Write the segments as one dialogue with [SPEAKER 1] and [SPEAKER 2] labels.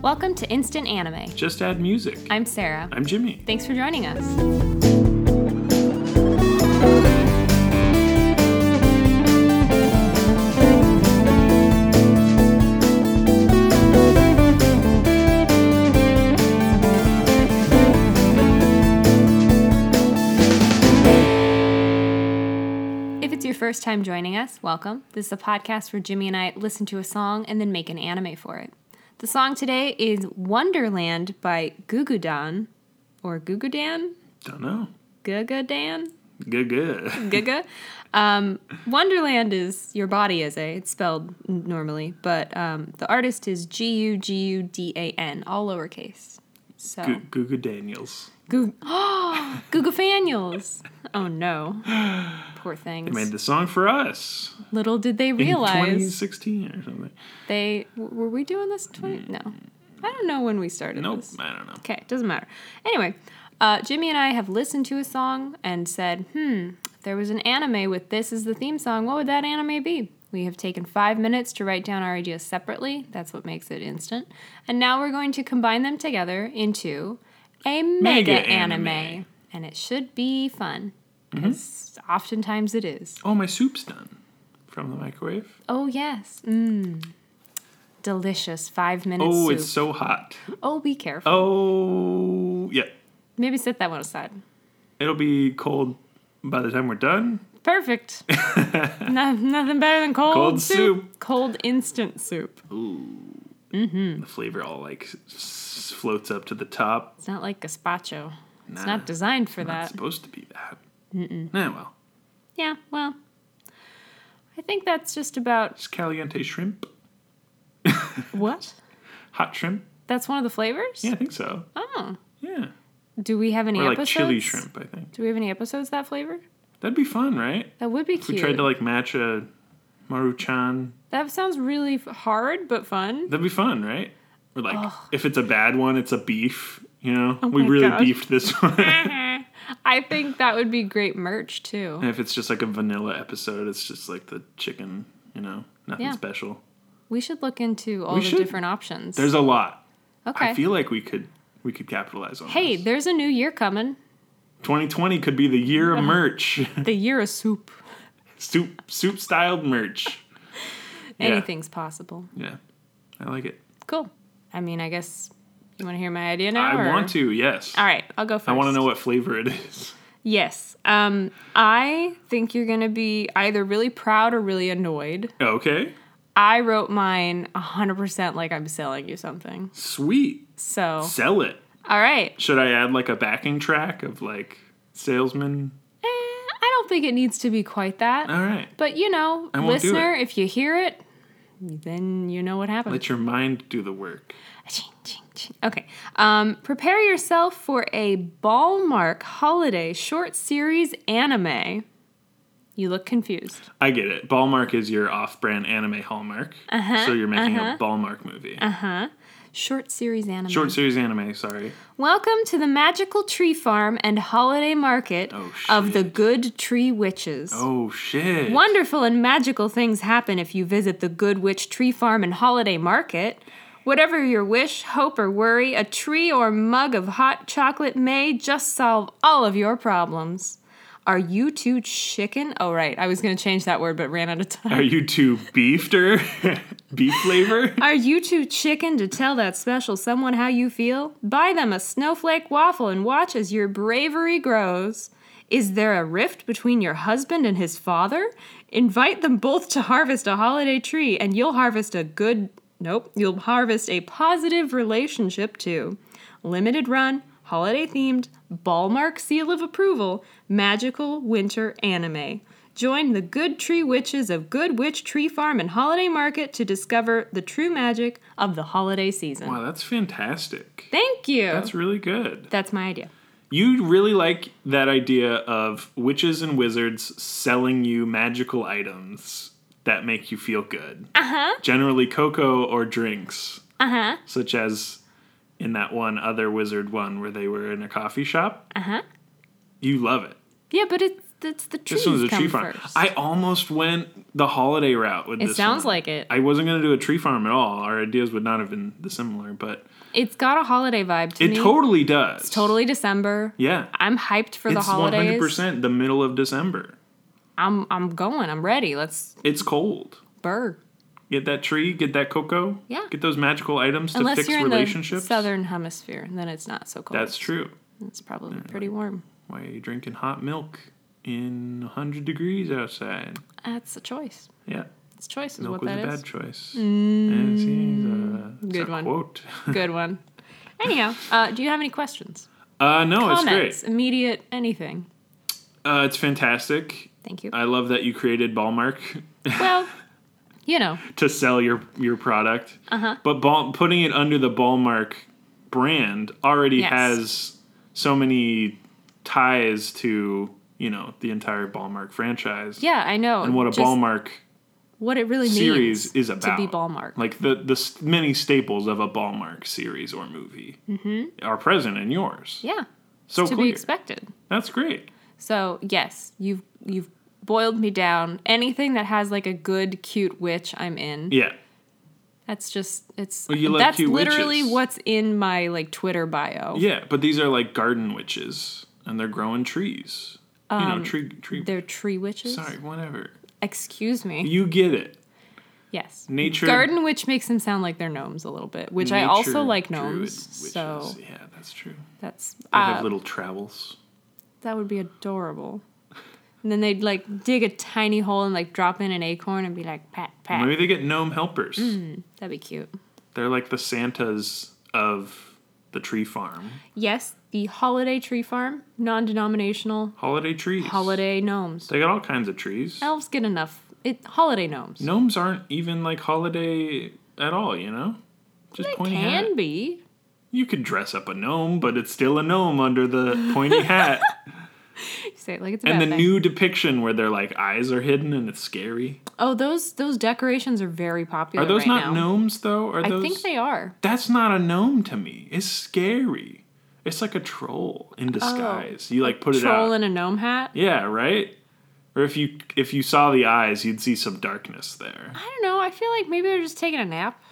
[SPEAKER 1] Welcome to Instant Anime.
[SPEAKER 2] Just add music.
[SPEAKER 1] I'm Sarah.
[SPEAKER 2] I'm Jimmy.
[SPEAKER 1] Thanks for joining us. If it's your first time joining us, welcome. This is a podcast where Jimmy and I listen to a song and then make an anime for it. The song today is Wonderland by Gugudan or Gugudan?
[SPEAKER 2] Don't know.
[SPEAKER 1] Gugudan?
[SPEAKER 2] Good, good.
[SPEAKER 1] Guga. Um, Wonderland is your body is a. It's spelled n- normally, but um, the artist is G U G U D A N, all lowercase. So
[SPEAKER 2] Goo Goo Goo Daniels.
[SPEAKER 1] Gug- Gugafaniels. oh no, poor things.
[SPEAKER 2] Made the song for us
[SPEAKER 1] Little did they
[SPEAKER 2] in
[SPEAKER 1] realize
[SPEAKER 2] 2016 or something.
[SPEAKER 1] they w- were we doing this twenty? No, I don't know when we started.
[SPEAKER 2] Nope,
[SPEAKER 1] this.
[SPEAKER 2] I don't know.
[SPEAKER 1] Okay, doesn't matter. Anyway, uh, Jimmy and I have listened to a song and said, hmm, if there was an anime with this as the theme song, what would that anime be? We have taken five minutes to write down our ideas separately. That's what makes it instant. And now we're going to combine them together into a mega,
[SPEAKER 2] Mega
[SPEAKER 1] anime.
[SPEAKER 2] anime. Mm-hmm.
[SPEAKER 1] And it should be fun. Because oftentimes it is.
[SPEAKER 2] Oh, my soup's done from the microwave.
[SPEAKER 1] Oh, yes. Mmm. Delicious five minutes.
[SPEAKER 2] oh,
[SPEAKER 1] soup.
[SPEAKER 2] it's so hot.
[SPEAKER 1] Oh, be careful.
[SPEAKER 2] Oh, yeah.
[SPEAKER 1] Maybe set that one aside.
[SPEAKER 2] It'll be cold by the time we're done.
[SPEAKER 1] Perfect. no, nothing better than cold,
[SPEAKER 2] Cold
[SPEAKER 1] soup.
[SPEAKER 2] soup.
[SPEAKER 1] Cold instant soup. Hmm.
[SPEAKER 2] The flavor all like s- floats up to the top.
[SPEAKER 1] It's not like gazpacho. It's
[SPEAKER 2] Nah,
[SPEAKER 1] not designed for
[SPEAKER 2] Not
[SPEAKER 1] that.
[SPEAKER 2] supposed to be that. mm Eh, well,
[SPEAKER 1] yeah, well, I think that's just about
[SPEAKER 2] it's caliente shrimp,
[SPEAKER 1] what?
[SPEAKER 2] hot shrimp.
[SPEAKER 1] That's one of the flavors.
[SPEAKER 2] Yeah, I think so.
[SPEAKER 1] Oh,
[SPEAKER 2] Yeah,
[SPEAKER 1] do we have any
[SPEAKER 2] or like
[SPEAKER 1] episodes?
[SPEAKER 2] chili shrimp. I think
[SPEAKER 1] Do we have any episodes that flavor?
[SPEAKER 2] that'd be fun, right?
[SPEAKER 1] That would be
[SPEAKER 2] If we
[SPEAKER 1] cute.
[SPEAKER 2] tried to like match a Maruchan,
[SPEAKER 1] that sounds really f- hard but fun.
[SPEAKER 2] that'd be fun, right? Or like if it's a bad one, it's a beef. You know, we
[SPEAKER 1] Oh my
[SPEAKER 2] really
[SPEAKER 1] God.
[SPEAKER 2] beefed this one. and
[SPEAKER 1] I think that would be great merch too.
[SPEAKER 2] if it's just like a vanilla episode, it's just like the chicken. You know, nothing
[SPEAKER 1] Yeah.
[SPEAKER 2] special.
[SPEAKER 1] We should look into all
[SPEAKER 2] We
[SPEAKER 1] the
[SPEAKER 2] should.
[SPEAKER 1] different options.
[SPEAKER 2] There's a lot.
[SPEAKER 1] okay.
[SPEAKER 2] I feel like we could we could capitalize on.
[SPEAKER 1] hey,
[SPEAKER 2] this.
[SPEAKER 1] there's a new year coming.
[SPEAKER 2] 2020 could be the year
[SPEAKER 1] Uh-huh.
[SPEAKER 2] of merch.
[SPEAKER 1] The year of soup.
[SPEAKER 2] soup soup styled merch. Yeah.
[SPEAKER 1] Anything's possible.
[SPEAKER 2] Yeah, I like it.
[SPEAKER 1] Cool. I mean, I guess you want to hear my idea now.
[SPEAKER 2] I
[SPEAKER 1] or-
[SPEAKER 2] want to. Yes.
[SPEAKER 1] All right, I'll go first.
[SPEAKER 2] I want to know what flavor it is.
[SPEAKER 1] Yes. Um, I think you're gonna be either really proud or really annoyed.
[SPEAKER 2] Okay.
[SPEAKER 1] I wrote mine 100% like I'm selling you something.
[SPEAKER 2] Sweet.
[SPEAKER 1] So,
[SPEAKER 2] Sell it.
[SPEAKER 1] all right.
[SPEAKER 2] Should I add like a backing track of like salesman?
[SPEAKER 1] Eh, I don't think it needs to be quite that,
[SPEAKER 2] All right.
[SPEAKER 1] but you know,
[SPEAKER 2] Uh, I won't do
[SPEAKER 1] listener, if you hear it, then you know what happened.
[SPEAKER 2] Let your mind do the work.
[SPEAKER 1] Ching, ching, ching. Okay. Um, prepare yourself for a Ballmark holiday short series anime. You look confused.
[SPEAKER 2] I get it. Ballmark is your off-brand anime hallmark. So you're making a Ballmark movie.
[SPEAKER 1] Short series anime.
[SPEAKER 2] Short series anime, sorry.
[SPEAKER 1] Welcome to the magical tree farm and holiday market
[SPEAKER 2] Oh,
[SPEAKER 1] of the
[SPEAKER 2] shit.
[SPEAKER 1] Good Tree Witches.
[SPEAKER 2] Oh shit.
[SPEAKER 1] Wonderful and magical things happen if you visit the Good Witch Tree Farm and Holiday Market. Whatever your wish, hope, or worry, a tree or mug of hot chocolate may just solve all of your problems. Are you too chicken? Oh, right. I was going to change that word but ran out of time.
[SPEAKER 2] Are you too beefed or beef flavor?
[SPEAKER 1] Are you too chicken to tell that special someone how you feel? Buy them a snowflake waffle and watch as your bravery grows. Is there a rift between your husband and his father? Invite them both to harvest a holiday tree and you'll harvest a good, nope, you'll harvest a positive relationship too. Limited run, holiday themed, Ballmark seal of approval, magical winter anime. Join the Good Tree Witches of Good Witch Tree Farm and Holiday Market to discover the true magic of the holiday season.
[SPEAKER 2] Wow, that's fantastic.
[SPEAKER 1] Thank you. That's,
[SPEAKER 2] That's really good.
[SPEAKER 1] my idea.
[SPEAKER 2] You really like that idea of witches and wizards selling you magical items that make you feel good.
[SPEAKER 1] Uh huh.
[SPEAKER 2] Generally, cocoa or drinks,
[SPEAKER 1] Uh huh.
[SPEAKER 2] such as in that one other wizard one where they were in a coffee shop.
[SPEAKER 1] Uh huh.
[SPEAKER 2] You love it.
[SPEAKER 1] Yeah, but it's it's the trees
[SPEAKER 2] This one's a
[SPEAKER 1] come
[SPEAKER 2] tree farm.
[SPEAKER 1] first.
[SPEAKER 2] I almost went the holiday route with
[SPEAKER 1] it
[SPEAKER 2] this.
[SPEAKER 1] sounds
[SPEAKER 2] one.
[SPEAKER 1] like it.
[SPEAKER 2] I wasn't going to do a tree farm at all. Our ideas would not have been dissimilar, but
[SPEAKER 1] it's got a holiday vibe to
[SPEAKER 2] it
[SPEAKER 1] me.
[SPEAKER 2] totally does.
[SPEAKER 1] It's totally December.
[SPEAKER 2] Yeah.
[SPEAKER 1] I'm hyped for the
[SPEAKER 2] it's
[SPEAKER 1] holidays.
[SPEAKER 2] 100% the middle of December.
[SPEAKER 1] I'm I'm going. I'm ready. Let's
[SPEAKER 2] It's cold.
[SPEAKER 1] burr.
[SPEAKER 2] Get that tree, get that cocoa.
[SPEAKER 1] Yeah.
[SPEAKER 2] Get those magical items to
[SPEAKER 1] Unless
[SPEAKER 2] fix
[SPEAKER 1] you're in the
[SPEAKER 2] relationships.
[SPEAKER 1] southern hemisphere, then it's not so cold.
[SPEAKER 2] That's true.
[SPEAKER 1] It's probably pretty warm.
[SPEAKER 2] Why are you drinking hot milk in 100 degrees outside?
[SPEAKER 1] That's a choice.
[SPEAKER 2] Yeah.
[SPEAKER 1] It's choice is what
[SPEAKER 2] Milk was
[SPEAKER 1] that is.
[SPEAKER 2] a
[SPEAKER 1] Mm,
[SPEAKER 2] bad choice. And it's, uh, it's
[SPEAKER 1] Good
[SPEAKER 2] a
[SPEAKER 1] one.
[SPEAKER 2] Quote.
[SPEAKER 1] Good one. Anyhow, uh, do you have any questions?
[SPEAKER 2] Uh, no, it's
[SPEAKER 1] Comments?
[SPEAKER 2] great.
[SPEAKER 1] Immediate anything?
[SPEAKER 2] Uh, it's fantastic.
[SPEAKER 1] Thank you.
[SPEAKER 2] I love that you created Ballmark
[SPEAKER 1] well, you know,
[SPEAKER 2] to sell your your product.
[SPEAKER 1] Uh-huh.
[SPEAKER 2] But ball, putting it under the Ballmark brand already
[SPEAKER 1] Yes.
[SPEAKER 2] has so many ties to you know the entire Ballmark franchise
[SPEAKER 1] yeah, I know.
[SPEAKER 2] and what a
[SPEAKER 1] just
[SPEAKER 2] Ballmark
[SPEAKER 1] what it really
[SPEAKER 2] series
[SPEAKER 1] means
[SPEAKER 2] is
[SPEAKER 1] to
[SPEAKER 2] about.
[SPEAKER 1] be Ballmark.
[SPEAKER 2] Like the the s- many staples of a Ballmark series or movie are present in yours.
[SPEAKER 1] yeah,
[SPEAKER 2] so
[SPEAKER 1] Mm-hmm. to
[SPEAKER 2] clear.
[SPEAKER 1] be expected.
[SPEAKER 2] That's great.
[SPEAKER 1] So yes, you've you've boiled me down. Anything that has like a good cute witch, I'm in.
[SPEAKER 2] Yeah.
[SPEAKER 1] That's just it's
[SPEAKER 2] Well, you love
[SPEAKER 1] that's
[SPEAKER 2] cute
[SPEAKER 1] literally
[SPEAKER 2] witches.
[SPEAKER 1] what's in my like Twitter bio.
[SPEAKER 2] Yeah, but these are like garden witches, and they're growing trees. you
[SPEAKER 1] Um,
[SPEAKER 2] know, tree tree.
[SPEAKER 1] They're tree witches.
[SPEAKER 2] Sorry, whatever.
[SPEAKER 1] Excuse me.
[SPEAKER 2] You get it.
[SPEAKER 1] Yes.
[SPEAKER 2] Nature-
[SPEAKER 1] Garden witch makes them sound like they're gnomes a little bit, which I also
[SPEAKER 2] Nature
[SPEAKER 1] like
[SPEAKER 2] druid
[SPEAKER 1] gnomes.
[SPEAKER 2] witches.
[SPEAKER 1] So
[SPEAKER 2] yeah, that's true.
[SPEAKER 1] that's
[SPEAKER 2] They
[SPEAKER 1] uh,
[SPEAKER 2] have little travels.
[SPEAKER 1] that would be adorable. And then they'd like dig a tiny hole and like drop in an acorn and be like pat pat.
[SPEAKER 2] Maybe they get gnome helpers.
[SPEAKER 1] That'd be cute.
[SPEAKER 2] They're like the Santas of the tree farm.
[SPEAKER 1] Yes, the Holiday Tree Farm, non-denominational
[SPEAKER 2] Holiday trees.
[SPEAKER 1] holiday gnomes.
[SPEAKER 2] They got all kinds of trees.
[SPEAKER 1] Elves get enough. It holiday gnomes.
[SPEAKER 2] Gnomes aren't even like holiday at all. You know, just
[SPEAKER 1] They
[SPEAKER 2] pointy
[SPEAKER 1] can
[SPEAKER 2] hat.
[SPEAKER 1] be.
[SPEAKER 2] You could dress up a gnome, but it's still a gnome under the pointy hat.
[SPEAKER 1] You say it like it's a
[SPEAKER 2] and the
[SPEAKER 1] bad thing.
[SPEAKER 2] new depiction where their like eyes are hidden and it's scary.
[SPEAKER 1] Oh, those those decorations are very popular.
[SPEAKER 2] Are those
[SPEAKER 1] right now.
[SPEAKER 2] not gnomes though? Are
[SPEAKER 1] I
[SPEAKER 2] those?
[SPEAKER 1] think they are.
[SPEAKER 2] That's not a gnome to me. It's scary. It's like a troll in disguise. you like put it out.
[SPEAKER 1] Troll in Oh, a gnome hat.
[SPEAKER 2] yeah, right. Or if you if you saw the eyes, you'd see some darkness there.
[SPEAKER 1] I don't know. I feel like maybe they're just taking a nap.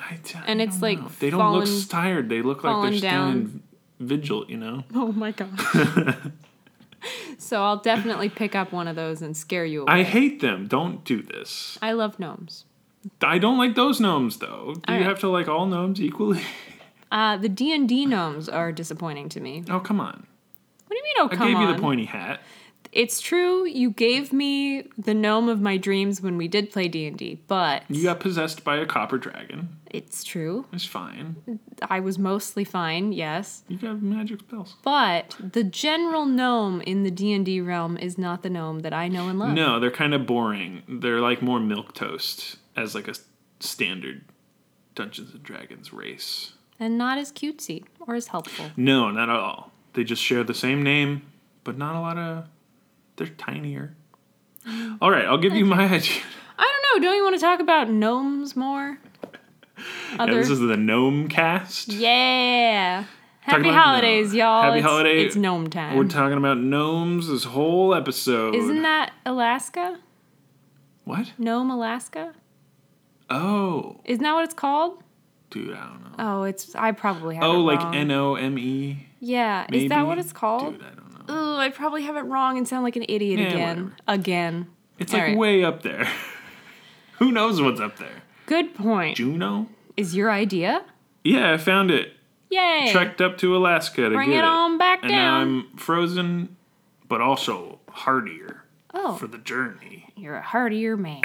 [SPEAKER 2] I d- I
[SPEAKER 1] And it's,
[SPEAKER 2] don't
[SPEAKER 1] like,
[SPEAKER 2] know. they don't
[SPEAKER 1] fallen-
[SPEAKER 2] look tired. They look like
[SPEAKER 1] fallen
[SPEAKER 2] they're
[SPEAKER 1] down.
[SPEAKER 2] standing vigil. You know.
[SPEAKER 1] Oh my god. so I'll definitely pick up one of those and scare you away.
[SPEAKER 2] I hate them. Don't do this.
[SPEAKER 1] I love gnomes.
[SPEAKER 2] I don't like those gnomes though. Do you
[SPEAKER 1] Alright.
[SPEAKER 2] have to like all gnomes equally?
[SPEAKER 1] Uh, the D and D gnomes are disappointing to me.
[SPEAKER 2] oh come on.
[SPEAKER 1] What do you mean? Oh,
[SPEAKER 2] I
[SPEAKER 1] come
[SPEAKER 2] gave
[SPEAKER 1] on.
[SPEAKER 2] you the pointy hat.
[SPEAKER 1] It's true. You gave me the gnome of my dreams when we did play D and D, but
[SPEAKER 2] You got possessed by a copper dragon.
[SPEAKER 1] it's true.
[SPEAKER 2] It's fine.
[SPEAKER 1] I was mostly fine, yes.
[SPEAKER 2] You got magic spells.
[SPEAKER 1] But the general gnome in the D&D realm is not the gnome that I know and love.
[SPEAKER 2] No, they're kind of boring. They're like more milk toast as like a s- standard Dungeons and Dragons race.
[SPEAKER 1] And not as cutesy or as helpful.
[SPEAKER 2] No, not at all. They just share the same name, but not a lot of. They're tinier.
[SPEAKER 1] Mm.
[SPEAKER 2] All right, I'll give you my idea.
[SPEAKER 1] I don't know. Don't you want to talk about gnomes more?
[SPEAKER 2] Yeah,
[SPEAKER 1] Other
[SPEAKER 2] this is the gnome cast.
[SPEAKER 1] Yeah. Happy
[SPEAKER 2] about
[SPEAKER 1] holidays,
[SPEAKER 2] gnome.
[SPEAKER 1] y'all.
[SPEAKER 2] Happy
[SPEAKER 1] it's,
[SPEAKER 2] holiday.
[SPEAKER 1] It's gnome time.
[SPEAKER 2] We're talking about gnomes this whole episode.
[SPEAKER 1] Isn't that Alaska?
[SPEAKER 2] what?
[SPEAKER 1] Gnome Alaska?
[SPEAKER 2] Oh,
[SPEAKER 1] Isn't that what it's called?
[SPEAKER 2] dude, I don't know.
[SPEAKER 1] Oh, it's I probably have
[SPEAKER 2] Oh,
[SPEAKER 1] it
[SPEAKER 2] like
[SPEAKER 1] wrong.
[SPEAKER 2] N O M E.
[SPEAKER 1] Yeah, is that
[SPEAKER 2] maybe?
[SPEAKER 1] what it's called?
[SPEAKER 2] Dude, I don't know.
[SPEAKER 1] Ugh, I probably have it wrong and sound like an idiot
[SPEAKER 2] Yeah,
[SPEAKER 1] again.
[SPEAKER 2] whatever.
[SPEAKER 1] Again.
[SPEAKER 2] It's
[SPEAKER 1] All
[SPEAKER 2] like
[SPEAKER 1] right.
[SPEAKER 2] way up there. Who knows what's up there?
[SPEAKER 1] Good point.
[SPEAKER 2] Juno?
[SPEAKER 1] Is your idea?
[SPEAKER 2] Yeah, I found it.
[SPEAKER 1] Yay!
[SPEAKER 2] Trekked up to Alaska to
[SPEAKER 1] Bring
[SPEAKER 2] get
[SPEAKER 1] it
[SPEAKER 2] it.
[SPEAKER 1] on back
[SPEAKER 2] and now
[SPEAKER 1] down.
[SPEAKER 2] I'm frozen, but also hardier
[SPEAKER 1] Oh,
[SPEAKER 2] for the journey.
[SPEAKER 1] you're a heartier man.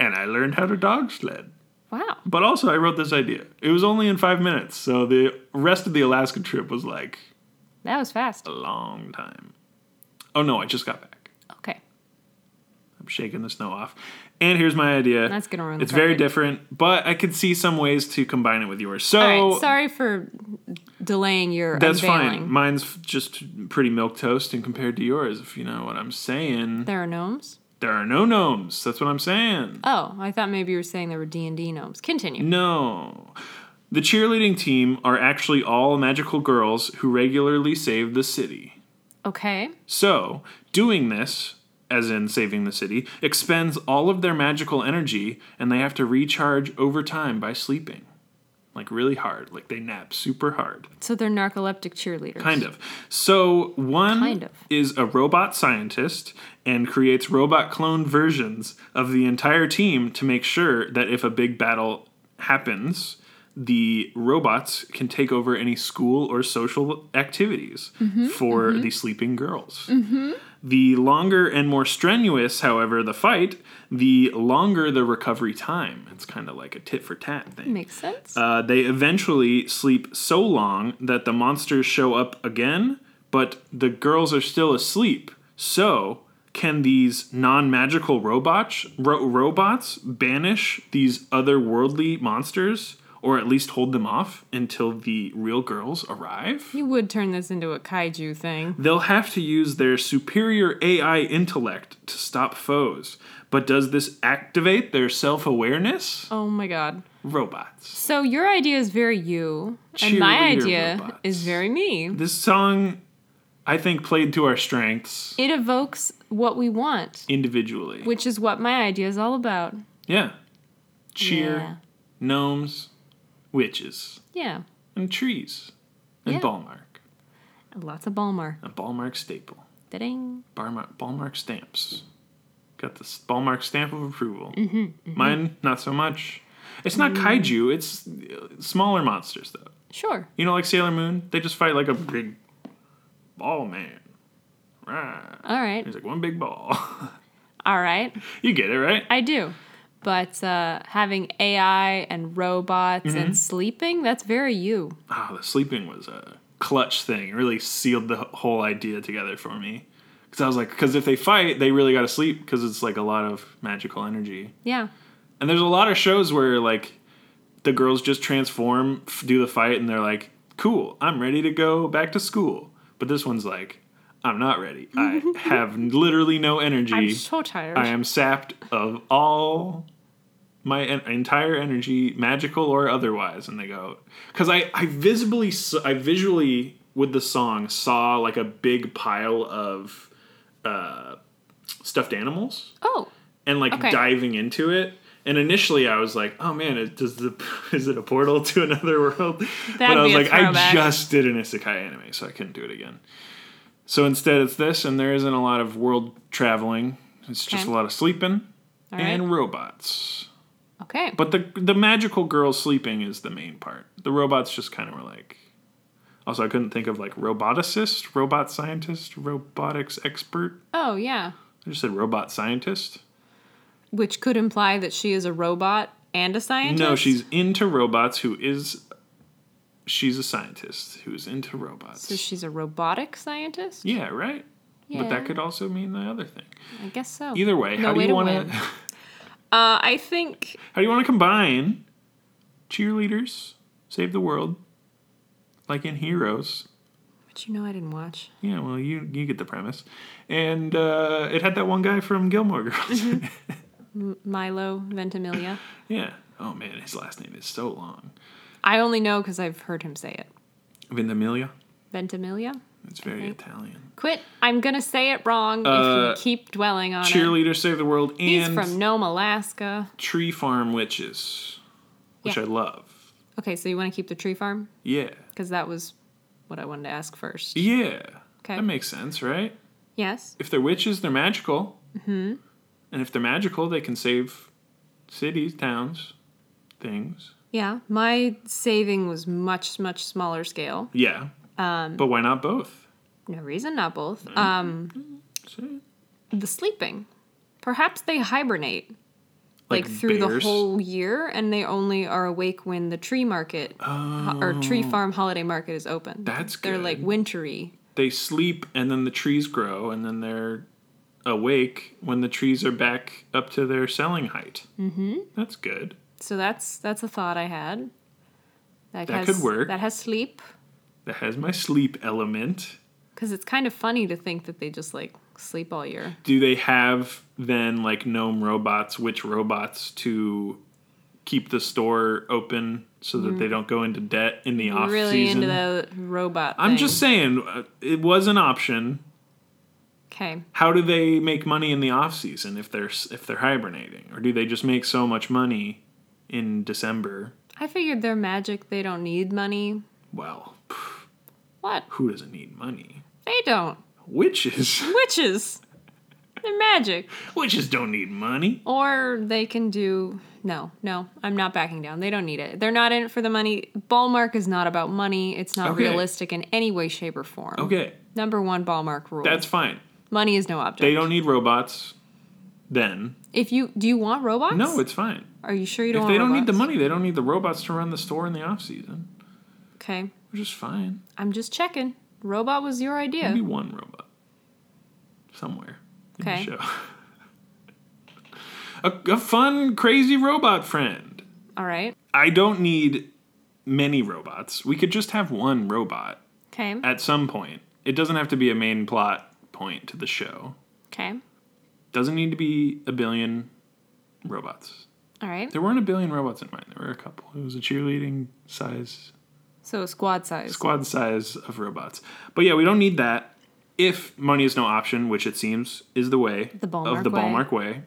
[SPEAKER 2] And I learned how to dog sled.
[SPEAKER 1] wow.
[SPEAKER 2] But also, I wrote this idea. It was only in five minutes, so the rest of the Alaska trip was like
[SPEAKER 1] That was fast.
[SPEAKER 2] a long time. Oh no, I just got back.
[SPEAKER 1] Okay.
[SPEAKER 2] I'm shaking the snow off. And here's my idea.
[SPEAKER 1] That's gonna ruin the
[SPEAKER 2] It's very
[SPEAKER 1] carpet.
[SPEAKER 2] different, but I could see some ways to combine it with yours. So
[SPEAKER 1] All right. Sorry for delaying your
[SPEAKER 2] that's
[SPEAKER 1] unveiling.
[SPEAKER 2] fine. Mine's f- just pretty milk toast, and compared to yours, if you know what I'm saying,
[SPEAKER 1] There are gnomes?
[SPEAKER 2] there are no gnomes. That's what I'm saying.
[SPEAKER 1] Oh, I thought maybe you were saying there were D&D gnomes. Continue.
[SPEAKER 2] No. The cheerleading team are actually all magical girls who regularly save the city.
[SPEAKER 1] Okay.
[SPEAKER 2] So, doing this, as in saving the city, expends all of their magical energy and they have to recharge over time by sleeping. Like really hard. Like they nap super hard.
[SPEAKER 1] So they're narcoleptic cheerleaders.
[SPEAKER 2] Kind of. So one
[SPEAKER 1] Kind of.
[SPEAKER 2] is a robot scientist and creates robot clone versions of the entire team to make sure that if a big battle happens, the robots can take over any school or social activities
[SPEAKER 1] Mm-hmm,
[SPEAKER 2] for the sleeping girls. The longer and more strenuous, however, the fight, the longer the recovery time. It's kind of like a tit for tat thing.
[SPEAKER 1] Makes sense.
[SPEAKER 2] Uh, they eventually sleep so long that the monsters show up again, but the girls are still asleep. So, can these non-magical robots ro- robots banish these otherworldly monsters, or at least hold them off until the real girls arrive?
[SPEAKER 1] you would turn this into a kaiju thing.
[SPEAKER 2] They'll have to use their superior AI intellect to stop foes. But does this activate their self-awareness?
[SPEAKER 1] Oh my god.
[SPEAKER 2] Robots.
[SPEAKER 1] So your idea is very you, and my
[SPEAKER 2] Cheerleader
[SPEAKER 1] idea
[SPEAKER 2] robots.
[SPEAKER 1] is very me.
[SPEAKER 2] This song, I think, played to our strengths
[SPEAKER 1] It evokes what we want,
[SPEAKER 2] individually.
[SPEAKER 1] which is what my idea is all about.
[SPEAKER 2] yeah. Cheer,
[SPEAKER 1] Yeah.
[SPEAKER 2] gnomes, witches,
[SPEAKER 1] Yeah.
[SPEAKER 2] and trees, and
[SPEAKER 1] Yeah.
[SPEAKER 2] Ballmark.
[SPEAKER 1] Lots of Balmar.
[SPEAKER 2] A Ballmark staple.
[SPEAKER 1] Da-ding.
[SPEAKER 2] Barmark, Ballmark stamps. Got the s- Ballmark stamp of approval. Mm-hmm, Mine, not so much. It's not kaiju, it's uh, smaller monsters, though.
[SPEAKER 1] Sure.
[SPEAKER 2] You know, like Sailor Moon? They just fight like a big ball man. Right.
[SPEAKER 1] All right.
[SPEAKER 2] He's like one big ball.
[SPEAKER 1] All right.
[SPEAKER 2] you get it, right?
[SPEAKER 1] I do. But uh, having AI and robots
[SPEAKER 2] Mm-hmm.
[SPEAKER 1] and sleeping, that's very you.
[SPEAKER 2] Ah, the sleeping was a clutch thing. It really sealed the whole idea together for me. Because I was like, because if they fight, they really got to sleep because it's like a lot of magical energy.
[SPEAKER 1] Yeah.
[SPEAKER 2] And there's a lot of shows where like the girls just transform, f- do the fight, and they're like, cool, I'm ready to go back to school. But this one's like, I'm not ready. I have literally no energy.
[SPEAKER 1] I'm so tired.
[SPEAKER 2] I am sapped of all my en- entire energy, magical or otherwise. And they go, because I, I visibly, s- I visually with the song saw like a big pile of uh, stuffed animals
[SPEAKER 1] oh,
[SPEAKER 2] and like
[SPEAKER 1] Okay.
[SPEAKER 2] diving into it. And initially, I was like, "Oh man, it, does the is it a portal to another world?" but I
[SPEAKER 1] be
[SPEAKER 2] was
[SPEAKER 1] a
[SPEAKER 2] like, "I
[SPEAKER 1] throwback.
[SPEAKER 2] just did an isekai anime, so I couldn't do it again." So instead, it's this, and there isn't a lot of world traveling. It's just
[SPEAKER 1] Okay.
[SPEAKER 2] a lot of sleeping
[SPEAKER 1] all right.
[SPEAKER 2] and robots.
[SPEAKER 1] okay.
[SPEAKER 2] But the the magical girl sleeping is the main part. The robots just kind of were like. Also, I couldn't think of like roboticist, robot scientist, robotics expert.
[SPEAKER 1] oh, yeah.
[SPEAKER 2] I just said robot scientist.
[SPEAKER 1] Which could imply that she is a robot and a scientist.
[SPEAKER 2] No, she's into robots. Who is? She's a scientist who's into robots.
[SPEAKER 1] So she's a robotic scientist?
[SPEAKER 2] yeah, right.
[SPEAKER 1] Yeah.
[SPEAKER 2] But that could also mean the other thing.
[SPEAKER 1] I guess so.
[SPEAKER 2] Either way,
[SPEAKER 1] No
[SPEAKER 2] how do
[SPEAKER 1] way
[SPEAKER 2] you
[SPEAKER 1] to
[SPEAKER 2] want
[SPEAKER 1] win.
[SPEAKER 2] to?
[SPEAKER 1] Uh,
[SPEAKER 2] How
[SPEAKER 1] I think
[SPEAKER 2] do you want to combine cheerleaders save the world, like in Heroes?
[SPEAKER 1] But you know, I didn't watch.
[SPEAKER 2] Yeah, well, you you get the premise, and uh, it had that one guy from Gilmore Girls.
[SPEAKER 1] Mm-hmm. Milo Ventimiglia.
[SPEAKER 2] yeah. Oh man, his last name is so long.
[SPEAKER 1] I only know because I've heard him say it.
[SPEAKER 2] Ventimiglia.
[SPEAKER 1] Ventimiglia?
[SPEAKER 2] It's very
[SPEAKER 1] think-
[SPEAKER 2] Italian.
[SPEAKER 1] Quit. I'm going to say it wrong
[SPEAKER 2] Uh,
[SPEAKER 1] if you keep dwelling on it.
[SPEAKER 2] Cheerleaders save the world, and
[SPEAKER 1] He's from Nome, Alaska.
[SPEAKER 2] tree farm witches, which
[SPEAKER 1] Yeah.
[SPEAKER 2] I love.
[SPEAKER 1] Okay, so you want to keep the tree farm?
[SPEAKER 2] Yeah,
[SPEAKER 1] Because that was what I wanted to ask first.
[SPEAKER 2] yeah,
[SPEAKER 1] Okay.
[SPEAKER 2] that makes sense, right?
[SPEAKER 1] yes.
[SPEAKER 2] If they're witches, they're magical, mm-hmm. and if they're magical, they can save cities, towns, things.
[SPEAKER 1] Yeah. My saving was much, much smaller scale.
[SPEAKER 2] Yeah, um, but why not both?
[SPEAKER 1] No reason, not both.
[SPEAKER 2] Mm-hmm.
[SPEAKER 1] Um,
[SPEAKER 2] See?
[SPEAKER 1] the sleeping. Perhaps they hibernate. Like,
[SPEAKER 2] Like
[SPEAKER 1] through the
[SPEAKER 2] bears?
[SPEAKER 1] whole year, and they only are awake when the tree market ho- or tree farm holiday market is open.
[SPEAKER 2] Uh, Oh. That's
[SPEAKER 1] They're like
[SPEAKER 2] good.
[SPEAKER 1] wintry.
[SPEAKER 2] They sleep, and then the trees grow, and then they're awake when the trees are back up to their selling height. Mm-hmm. That's good.
[SPEAKER 1] So that's that's a thought I had.
[SPEAKER 2] That could work.
[SPEAKER 1] That has sleep
[SPEAKER 2] That has my sleep element.
[SPEAKER 1] because it's kind of funny to think that they just like sleep all year.
[SPEAKER 2] do they have then like gnome robots witch robots to keep the store open so that they don't go into debt in the off
[SPEAKER 1] really
[SPEAKER 2] season
[SPEAKER 1] into the robot.
[SPEAKER 2] i'm
[SPEAKER 1] thing.
[SPEAKER 2] just saying uh, it was an option
[SPEAKER 1] Okay.
[SPEAKER 2] How do they make money in the off season if they're s- if they're hibernating, or do they just make so much money in December?
[SPEAKER 1] I figured they're magic. They don't need money.
[SPEAKER 2] Well, pff,
[SPEAKER 1] What?
[SPEAKER 2] who doesn't need money?
[SPEAKER 1] They don't.
[SPEAKER 2] Witches.
[SPEAKER 1] Witches. They're magic.
[SPEAKER 2] Witches don't need money.
[SPEAKER 1] Or they can do. No, no, I'm not backing down. They don't need it. They're not in it for the money. Ballmark is not about money. It's not
[SPEAKER 2] Okay.
[SPEAKER 1] realistic in any way, shape, or form.
[SPEAKER 2] Okay,
[SPEAKER 1] Number one Ballmark rule.
[SPEAKER 2] that's fine.
[SPEAKER 1] money is no object.
[SPEAKER 2] They don't need robots. Then
[SPEAKER 1] if you do, you want robots?
[SPEAKER 2] no, it's fine.
[SPEAKER 1] Are you sure you don't?
[SPEAKER 2] If
[SPEAKER 1] want
[SPEAKER 2] they don't need the
[SPEAKER 1] robots?
[SPEAKER 2] money, they don't need the robots to run the store in the off season,
[SPEAKER 1] Okay,
[SPEAKER 2] which is fine.
[SPEAKER 1] I'm just checking. Robot was your idea.
[SPEAKER 2] Maybe one robot somewhere in
[SPEAKER 1] Oh. Okay.
[SPEAKER 2] the show. a, a fun, crazy robot friend.
[SPEAKER 1] All right.
[SPEAKER 2] I don't need many robots. We could just have one robot
[SPEAKER 1] Okay.
[SPEAKER 2] at some point. It doesn't have to be a main plot point to the show.
[SPEAKER 1] Okay.
[SPEAKER 2] Doesn't need to be a billion robots.
[SPEAKER 1] All right.
[SPEAKER 2] There weren't a billion robots in mine. There were a couple. It was a cheerleading size
[SPEAKER 1] So squad size.
[SPEAKER 2] squad size of robots. But yeah, we don't need that. If money is no option, which it seems is the way
[SPEAKER 1] The Ballmark
[SPEAKER 2] of the
[SPEAKER 1] way. Mm-hmm.
[SPEAKER 2] Ballmark way,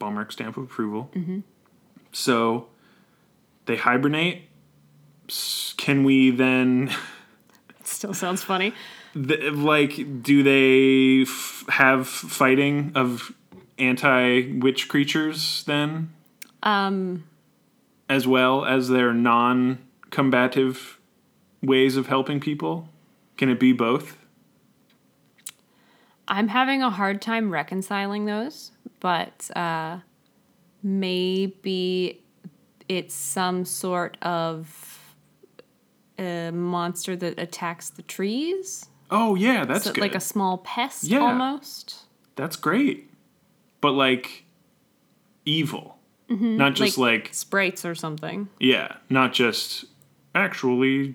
[SPEAKER 2] Ballmark stamp of approval. So they hibernate. S- Can we then,
[SPEAKER 1] Still sounds funny.
[SPEAKER 2] th- like, do they f- have fighting of anti witch creatures then,
[SPEAKER 1] Um.
[SPEAKER 2] as well as their non combative ways of helping people? Can it be both?
[SPEAKER 1] I'm having a hard time reconciling those, but uh, maybe it's some sort of a monster that attacks the trees,
[SPEAKER 2] Oh yeah, that's
[SPEAKER 1] so,
[SPEAKER 2] good.
[SPEAKER 1] like a small pest
[SPEAKER 2] Yeah.
[SPEAKER 1] almost.
[SPEAKER 2] that's great, but like evil,
[SPEAKER 1] Mm-hmm.
[SPEAKER 2] not just like,
[SPEAKER 1] sprites or something.
[SPEAKER 2] yeah, not just actually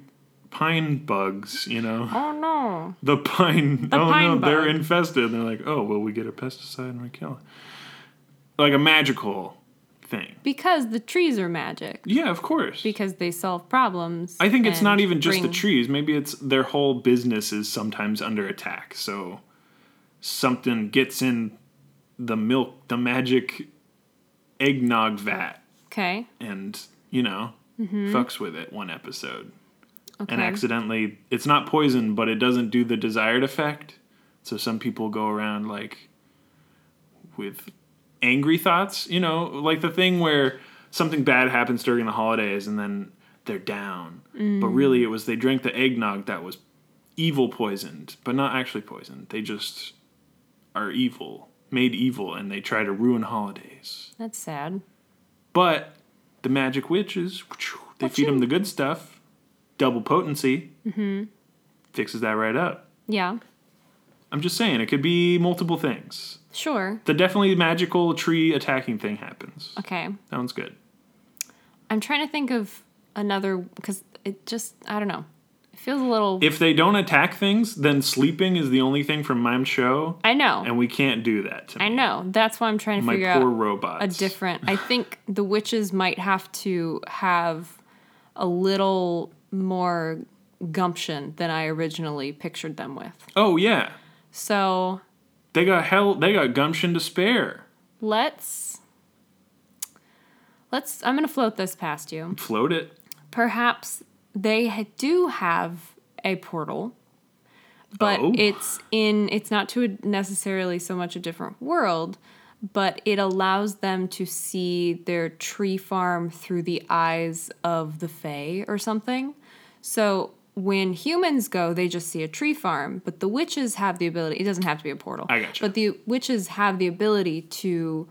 [SPEAKER 2] pine bugs. You know,
[SPEAKER 1] Oh no!
[SPEAKER 2] the pine. oh no,
[SPEAKER 1] pine
[SPEAKER 2] they're
[SPEAKER 1] bug.
[SPEAKER 2] infested. And they're like, oh well, we get a pesticide and we kill it. Like a magical thing.
[SPEAKER 1] Because the trees are magic.
[SPEAKER 2] Yeah, of course.
[SPEAKER 1] Because they solve problems.
[SPEAKER 2] I think it's not
[SPEAKER 1] and
[SPEAKER 2] even just
[SPEAKER 1] bring-
[SPEAKER 2] the trees. Maybe it's their whole business is sometimes under attack. So something gets in the milk, the magic eggnog vat,
[SPEAKER 1] Okay.
[SPEAKER 2] and you know fucks with it one episode,
[SPEAKER 1] Okay.
[SPEAKER 2] and accidentally it's not poison, but it doesn't do the desired effect. So some people go around like with angry thoughts, you know, like the thing where something bad happens during the holidays and then they're down. But really, it was they drank the eggnog that was evil poisoned, but not actually poisoned. They just are evil, made evil, and they try to ruin holidays.
[SPEAKER 1] That's sad.
[SPEAKER 2] But the magic witches, they feed them the good stuff, double potency, Mm-hmm. fixes that right up.
[SPEAKER 1] Yeah.
[SPEAKER 2] I'm just saying, it could be multiple things.
[SPEAKER 1] Sure.
[SPEAKER 2] The definitely magical tree attacking thing happens.
[SPEAKER 1] Okay.
[SPEAKER 2] Sounds good.
[SPEAKER 1] I'm trying to think of another because it just I don't know. It feels a little.
[SPEAKER 2] If they don't attack things, then sleeping is the only thing from my show,
[SPEAKER 1] I know.
[SPEAKER 2] and we can't do that. To
[SPEAKER 1] I know. That's why I'm trying to
[SPEAKER 2] my
[SPEAKER 1] figure
[SPEAKER 2] poor
[SPEAKER 1] out
[SPEAKER 2] robots.
[SPEAKER 1] a different. I think the witches might have to have a little more gumption than I originally pictured them with.
[SPEAKER 2] Oh yeah,
[SPEAKER 1] So
[SPEAKER 2] they got hell. They got gumption to spare.
[SPEAKER 1] let's let's. I'm gonna float this past you.
[SPEAKER 2] Float it.
[SPEAKER 1] Perhaps they ha- do have a portal. but
[SPEAKER 2] Oh.
[SPEAKER 1] it's in it's not to a, necessarily so much a different world but it allows them to see their tree farm through the eyes of the fae or something so when humans go they just see a tree farm but the witches have the ability it doesn't have to be a portal
[SPEAKER 2] I gotcha.
[SPEAKER 1] but the witches have the ability to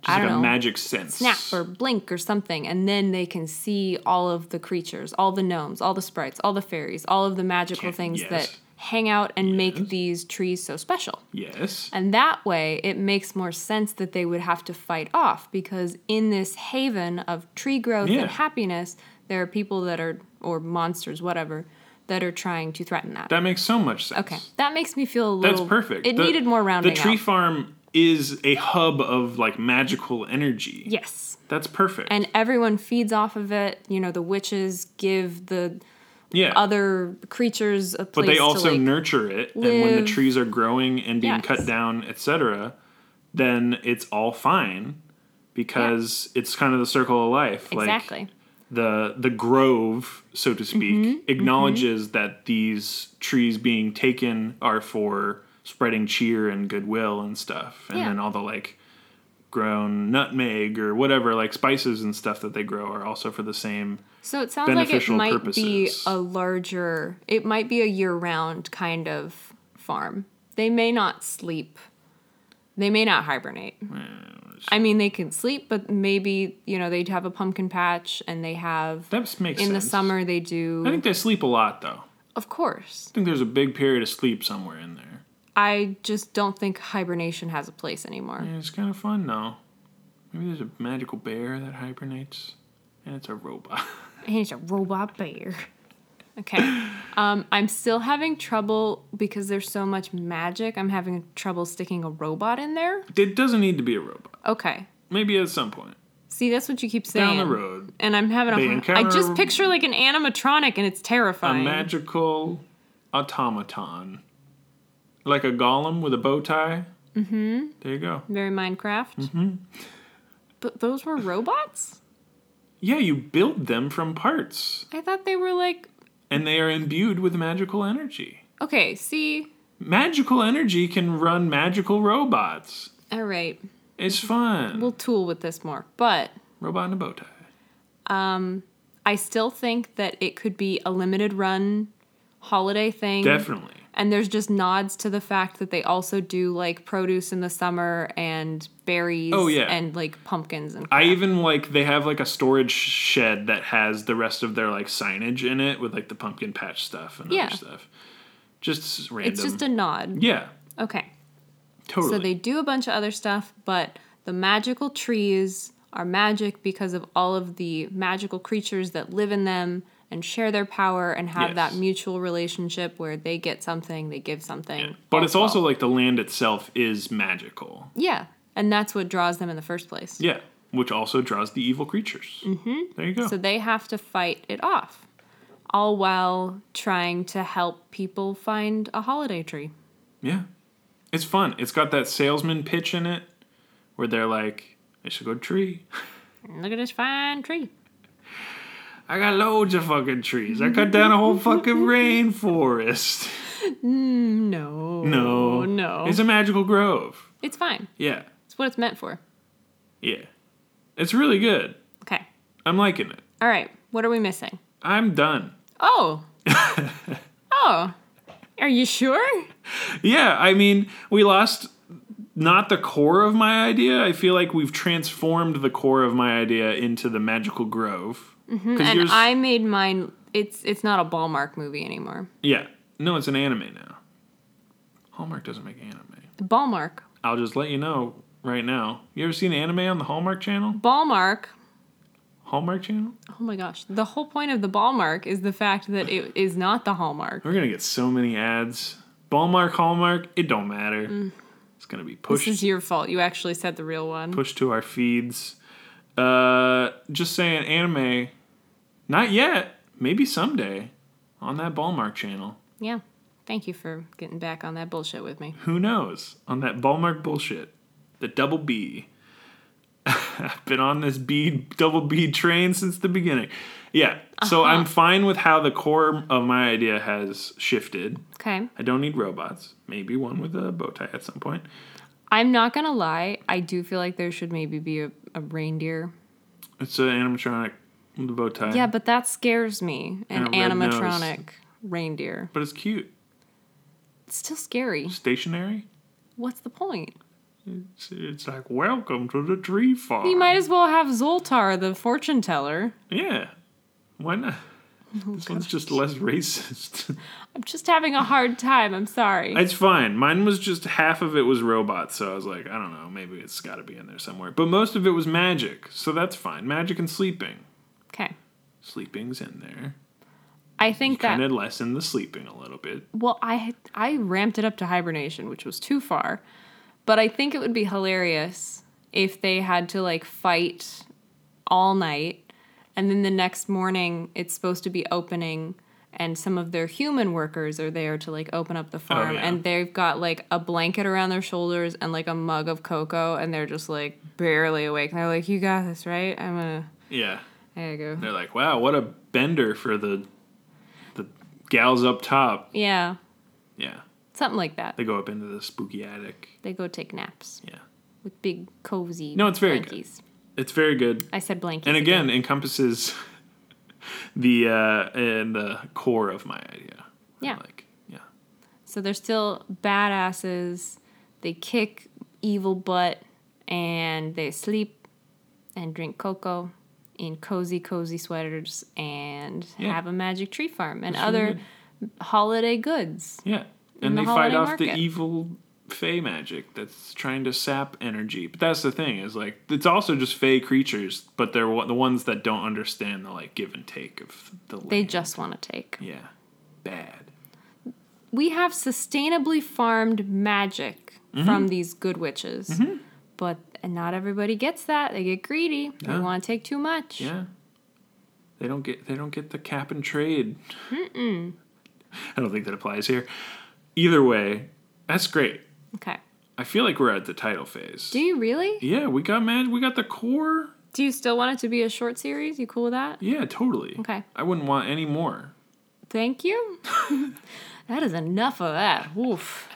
[SPEAKER 2] Just
[SPEAKER 1] I
[SPEAKER 2] like
[SPEAKER 1] don't
[SPEAKER 2] a
[SPEAKER 1] know.
[SPEAKER 2] magic sense.
[SPEAKER 1] snap or blink or something, and then they can see all of the creatures, all the gnomes, all the sprites, all the fairies, all of the magical
[SPEAKER 2] Yes.
[SPEAKER 1] things that hang out and
[SPEAKER 2] Yes.
[SPEAKER 1] make these trees so special.
[SPEAKER 2] Yes.
[SPEAKER 1] And that way, it makes more sense that they would have to fight off because in this haven of tree growth
[SPEAKER 2] Yeah.
[SPEAKER 1] and happiness, there are people that are, or monsters, whatever, that are trying to threaten that.
[SPEAKER 2] That makes so much sense.
[SPEAKER 1] okay, that makes me feel a
[SPEAKER 2] That's
[SPEAKER 1] little.
[SPEAKER 2] perfect.
[SPEAKER 1] It
[SPEAKER 2] The-
[SPEAKER 1] needed more rounding
[SPEAKER 2] The tree
[SPEAKER 1] out.
[SPEAKER 2] farm is a hub of like magical energy.
[SPEAKER 1] yes.
[SPEAKER 2] That's perfect.
[SPEAKER 1] and everyone feeds off of it. You know, the witches give the
[SPEAKER 2] Yeah.
[SPEAKER 1] other creatures a place
[SPEAKER 2] but they
[SPEAKER 1] to,
[SPEAKER 2] also
[SPEAKER 1] like-
[SPEAKER 2] nurture it and when the
[SPEAKER 1] live.
[SPEAKER 2] trees are growing and being cut
[SPEAKER 1] Yes.
[SPEAKER 2] down etc then it's all fine because it's kind of the circle of life
[SPEAKER 1] exactly
[SPEAKER 2] like the the grove so to speak
[SPEAKER 1] Mm-hmm.
[SPEAKER 2] acknowledges that these trees being taken are for spreading cheer and goodwill and stuff and
[SPEAKER 1] Yeah.
[SPEAKER 2] then all the like grown nutmeg or whatever like spices and stuff that they grow are also for the same
[SPEAKER 1] So it sounds like it
[SPEAKER 2] beneficial
[SPEAKER 1] might be
[SPEAKER 2] purposes.
[SPEAKER 1] a larger, it might be a year round kind of farm. They may not sleep. They may not hibernate. I mean, they can sleep, but maybe, you know, they'd have a pumpkin patch and they have,
[SPEAKER 2] that makes
[SPEAKER 1] in the
[SPEAKER 2] sense.
[SPEAKER 1] summer, they do.
[SPEAKER 2] i think they sleep a lot though
[SPEAKER 1] of course.
[SPEAKER 2] I think there's a big period of sleep somewhere in there.
[SPEAKER 1] I just don't think hibernation has a place anymore.
[SPEAKER 2] And it's kind of fun though. Maybe there's a magical bear that hibernates, and it's a robot.
[SPEAKER 1] And he's a robot bear. Okay. Um, I'm still having trouble because there's so much magic. I'm having trouble sticking a robot in there.
[SPEAKER 2] it doesn't need to be a robot.
[SPEAKER 1] Okay.
[SPEAKER 2] Maybe at some point
[SPEAKER 1] See, that's what you keep saying.
[SPEAKER 2] down the road,
[SPEAKER 1] And I'm having
[SPEAKER 2] They
[SPEAKER 1] a hard I
[SPEAKER 2] encounter-
[SPEAKER 1] just picture like an animatronic and it's
[SPEAKER 2] a
[SPEAKER 1] terrifying.
[SPEAKER 2] magical automaton, like a golem with a bow tie. Mm-hmm. There you go.
[SPEAKER 1] Very Minecraft.
[SPEAKER 2] Mm-hmm.
[SPEAKER 1] But those were robots?
[SPEAKER 2] Yeah, you build them from parts,
[SPEAKER 1] I thought they were like
[SPEAKER 2] and they are imbued with magical energy.
[SPEAKER 1] okay, see.
[SPEAKER 2] Magical energy can run magical robots.
[SPEAKER 1] All right.
[SPEAKER 2] It's fun.
[SPEAKER 1] We'll tool with this more. But
[SPEAKER 2] robot in a bow tie.
[SPEAKER 1] I still think that it could be a limited run holiday thing.
[SPEAKER 2] Definitely.
[SPEAKER 1] And there's just nods to the fact that they also do like produce in the summer and berries
[SPEAKER 2] Oh, yeah.
[SPEAKER 1] and like pumpkins and
[SPEAKER 2] I even like they have like a storage shed that has the rest of their like signage in it with like the pumpkin patch stuff and
[SPEAKER 1] Yeah.
[SPEAKER 2] other stuff. Just random.
[SPEAKER 1] it's just a nod.
[SPEAKER 2] yeah,
[SPEAKER 1] Okay.
[SPEAKER 2] totally.
[SPEAKER 1] So they do a bunch of other stuff, but the magical trees are magic because of all of the magical creatures that live in them and share their power and have
[SPEAKER 2] Yes.
[SPEAKER 1] that mutual relationship where they get something, they give something.
[SPEAKER 2] but
[SPEAKER 1] all
[SPEAKER 2] it's
[SPEAKER 1] twelve.
[SPEAKER 2] also like the land itself is magical.
[SPEAKER 1] yeah, and that's what draws them in the first place.
[SPEAKER 2] Yeah, which also draws the evil creatures. Mm-hmm. There you go.
[SPEAKER 1] So they have to fight it off, all while trying to help people find a holiday tree.
[SPEAKER 2] yeah, it's fun. It's got that salesman pitch in it where they're like, "I should go tree.
[SPEAKER 1] Look at this fine tree.
[SPEAKER 2] I got loads of fucking trees. I cut down a whole fucking rainforest.
[SPEAKER 1] No.
[SPEAKER 2] No,
[SPEAKER 1] no.
[SPEAKER 2] it's a magical grove.
[SPEAKER 1] It's fine.
[SPEAKER 2] Yeah."
[SPEAKER 1] It's what it's meant for.
[SPEAKER 2] Yeah. It's really good.
[SPEAKER 1] Okay.
[SPEAKER 2] I'm liking it.
[SPEAKER 1] All right. What are we missing?
[SPEAKER 2] I'm done.
[SPEAKER 1] Oh. oh. Are you sure?
[SPEAKER 2] Yeah, I mean, we lost not the core of my idea. I feel like we've transformed the core of my idea into the magical grove. mm
[SPEAKER 1] Mm-hmm, And I made mine. It's it's not a Ballmark movie anymore.
[SPEAKER 2] yeah, no, it's an anime now. Hallmark doesn't make anime.
[SPEAKER 1] The Ballmark.
[SPEAKER 2] I'll just let you know right now. You ever seen anime on the Hallmark Channel?
[SPEAKER 1] Ballmark.
[SPEAKER 2] Hallmark Channel?
[SPEAKER 1] Oh my gosh. The whole point of the Ballmark is the fact that it is not the Hallmark.
[SPEAKER 2] We're gonna get so many ads. Hallmark, Hallmark. It don't matter. It's gonna be pushed.
[SPEAKER 1] Mm. This is your fault. You actually said the real one.
[SPEAKER 2] pushed to our feeds. Uh, just saying, anime, not yet. Maybe someday on that Ballmark channel.
[SPEAKER 1] Yeah. Thank you for getting back on that bullshit with me.
[SPEAKER 2] Who knows? On that Ballmark bullshit, the double B. I've been on this B double B train since the beginning. Yeah, so I'm fine with how the core of my idea has shifted.
[SPEAKER 1] Okay.
[SPEAKER 2] I don't need robots. Maybe one with a bow tie at some point.
[SPEAKER 1] I'm not going to lie. I do feel like there should maybe be a, a reindeer.
[SPEAKER 2] It's an animatronic with a bow tie.
[SPEAKER 1] Yeah, but that scares me. An
[SPEAKER 2] And a red nose.
[SPEAKER 1] animatronic reindeer.
[SPEAKER 2] But it's cute.
[SPEAKER 1] It's still scary.
[SPEAKER 2] Stationary.
[SPEAKER 1] What's the point?
[SPEAKER 2] It's, it's like welcome to the tree farm.
[SPEAKER 1] You might as well have Zoltar, the fortune teller.
[SPEAKER 2] yeah, why not?
[SPEAKER 1] Oh,
[SPEAKER 2] this one's just less racist.
[SPEAKER 1] I'm just having a hard time. I'm sorry.
[SPEAKER 2] it's fine. Mine was just half of it was robots, so I was like, I don't know, maybe it's got to be in there somewhere. But most of it was magic, so that's fine. Magic and sleeping.
[SPEAKER 1] okay.
[SPEAKER 2] Sleeping's in there.
[SPEAKER 1] I think that
[SPEAKER 2] Kind of lessen the sleeping a little bit.
[SPEAKER 1] well, I I ramped it up to hibernation, which was too far. But I think it would be hilarious if they had to like fight all night and then the next morning it's supposed to be opening and some of their human workers are there to like open up the farm
[SPEAKER 2] Oh, yeah.
[SPEAKER 1] and they've got like a blanket around their shoulders and like a mug of cocoa and they're just like barely awake and they're like you got this right i'm gonna
[SPEAKER 2] Yeah.
[SPEAKER 1] there you go
[SPEAKER 2] They're like, wow, what a bender for the the gals up top.
[SPEAKER 1] yeah
[SPEAKER 2] Yeah.
[SPEAKER 1] something like that
[SPEAKER 2] They go up into the spooky attic.
[SPEAKER 1] they go take naps
[SPEAKER 2] Yeah.
[SPEAKER 1] with big cozy
[SPEAKER 2] No, it's very good.
[SPEAKER 1] blankies
[SPEAKER 2] It's very good.
[SPEAKER 1] i said blankies
[SPEAKER 2] And again, encompasses the uh and the core of my idea.
[SPEAKER 1] Yeah.
[SPEAKER 2] Like, yeah.
[SPEAKER 1] So they're still badasses. They kick evil butt and they sleep and drink cocoa in cozy, cozy sweaters and
[SPEAKER 2] Yeah.
[SPEAKER 1] have a magic tree farm and
[SPEAKER 2] really
[SPEAKER 1] other holiday goods.
[SPEAKER 2] Yeah.
[SPEAKER 1] In
[SPEAKER 2] And
[SPEAKER 1] the
[SPEAKER 2] they fight
[SPEAKER 1] holiday
[SPEAKER 2] off the
[SPEAKER 1] market.
[SPEAKER 2] evil fey magic that's trying to sap energy. But that's the thing is like it's also just fey creatures, but they're wa- the ones that don't understand the like give and take of the land.
[SPEAKER 1] They just want to take.
[SPEAKER 2] yeah. Bad.
[SPEAKER 1] We have sustainably farmed magic
[SPEAKER 2] Mm-hmm.
[SPEAKER 1] from these good witches. But not everybody gets that. They get greedy. They
[SPEAKER 2] Yeah.
[SPEAKER 1] want to take too much.
[SPEAKER 2] Yeah. They don't get they don't get the cap and trade. I don't think that applies here. Either way, that's great.
[SPEAKER 1] Okay.
[SPEAKER 2] I feel like we're at the title phase.
[SPEAKER 1] Do you really?
[SPEAKER 2] yeah, we got mad. We got the core.
[SPEAKER 1] Do you still want it to be a short series? You cool with that?
[SPEAKER 2] Yeah, totally.
[SPEAKER 1] Okay.
[SPEAKER 2] I wouldn't want any more.
[SPEAKER 1] Thank you. that is enough of that. Woof.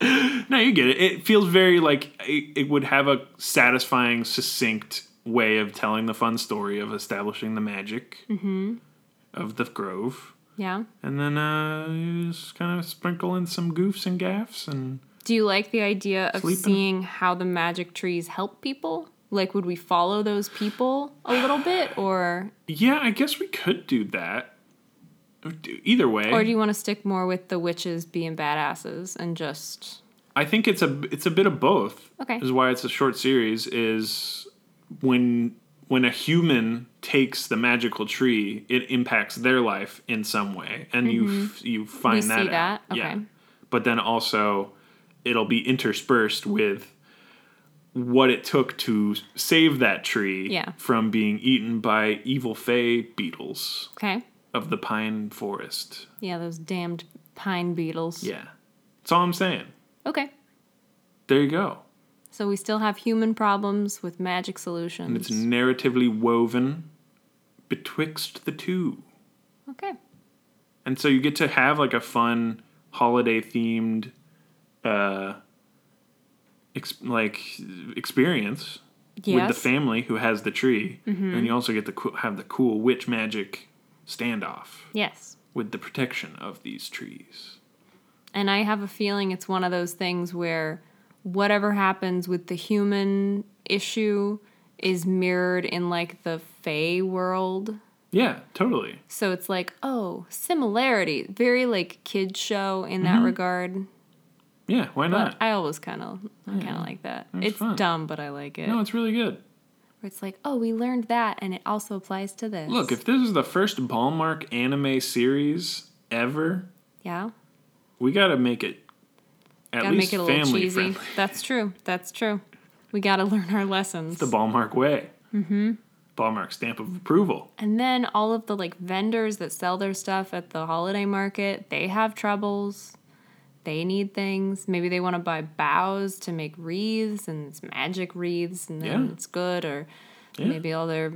[SPEAKER 2] No, you get it. It feels very like it, it would have a satisfying, succinct way of telling the fun story of establishing the magic
[SPEAKER 1] Mm-hmm.
[SPEAKER 2] of the grove,
[SPEAKER 1] Yeah.
[SPEAKER 2] and then uh, you just kind of sprinkle in some goofs and gaffs and.
[SPEAKER 1] Do you like the idea of
[SPEAKER 2] Sleeping.
[SPEAKER 1] seeing how the magic trees help people? Like, would we follow those people a little bit, or
[SPEAKER 2] Yeah, I guess we could do that. Either way,
[SPEAKER 1] or do you want to stick more with the witches being badasses and just?
[SPEAKER 2] I think it's a it's a bit of both.
[SPEAKER 1] Okay.
[SPEAKER 2] is why it's a short series. Is when when a human takes the magical tree, it impacts their life in some way, and you f- you find
[SPEAKER 1] Mm-hmm. We
[SPEAKER 2] that
[SPEAKER 1] see
[SPEAKER 2] out.
[SPEAKER 1] that,
[SPEAKER 2] Yeah,
[SPEAKER 1] okay.
[SPEAKER 2] but then also it'll be interspersed with what it took to save that tree
[SPEAKER 1] Yeah.
[SPEAKER 2] from being eaten by evil fey beetles
[SPEAKER 1] Okay.
[SPEAKER 2] of the pine forest.
[SPEAKER 1] Yeah, those damned pine beetles.
[SPEAKER 2] Yeah. That's all I'm saying.
[SPEAKER 1] Okay.
[SPEAKER 2] There you go.
[SPEAKER 1] So we still have human problems with magic solutions.
[SPEAKER 2] It's narratively woven betwixt the two.
[SPEAKER 1] okay.
[SPEAKER 2] And so you get to have like a fun holiday themed uh ex- like experience
[SPEAKER 1] Yes.
[SPEAKER 2] with the family who has the tree and you also get to co- have the cool witch magic standoff
[SPEAKER 1] yes.
[SPEAKER 2] with the protection of these trees.
[SPEAKER 1] And I have a feeling it's one of those things where whatever happens with the human issue is mirrored in like the fey world.
[SPEAKER 2] Yeah, totally.
[SPEAKER 1] So it's like, oh, similarity. Very like kid show in that regard.
[SPEAKER 2] Mm-hmm. Yeah, why
[SPEAKER 1] But
[SPEAKER 2] not?
[SPEAKER 1] I always kind of I kind of like that. It's
[SPEAKER 2] fun.
[SPEAKER 1] dumb, but I like it.
[SPEAKER 2] no, it's really good.
[SPEAKER 1] Where it's like, oh, we learned that and it also applies to this.
[SPEAKER 2] Look, if this is the first Hallmark anime series ever,
[SPEAKER 1] yeah.
[SPEAKER 2] we got to make it at
[SPEAKER 1] Got to
[SPEAKER 2] least
[SPEAKER 1] make it a little
[SPEAKER 2] family
[SPEAKER 1] cheesy.
[SPEAKER 2] friendly.
[SPEAKER 1] That's true. That's true. We got to learn our lessons.
[SPEAKER 2] The Hallmark way. Mm-hmm. Hallmark stamp of approval.
[SPEAKER 1] And then all of the like vendors that sell their stuff at the holiday market, they have troubles. They need things. Maybe they want to buy boughs to make wreaths and it's magic wreaths and then
[SPEAKER 2] Yeah.
[SPEAKER 1] it's good or
[SPEAKER 2] Yeah.
[SPEAKER 1] maybe all their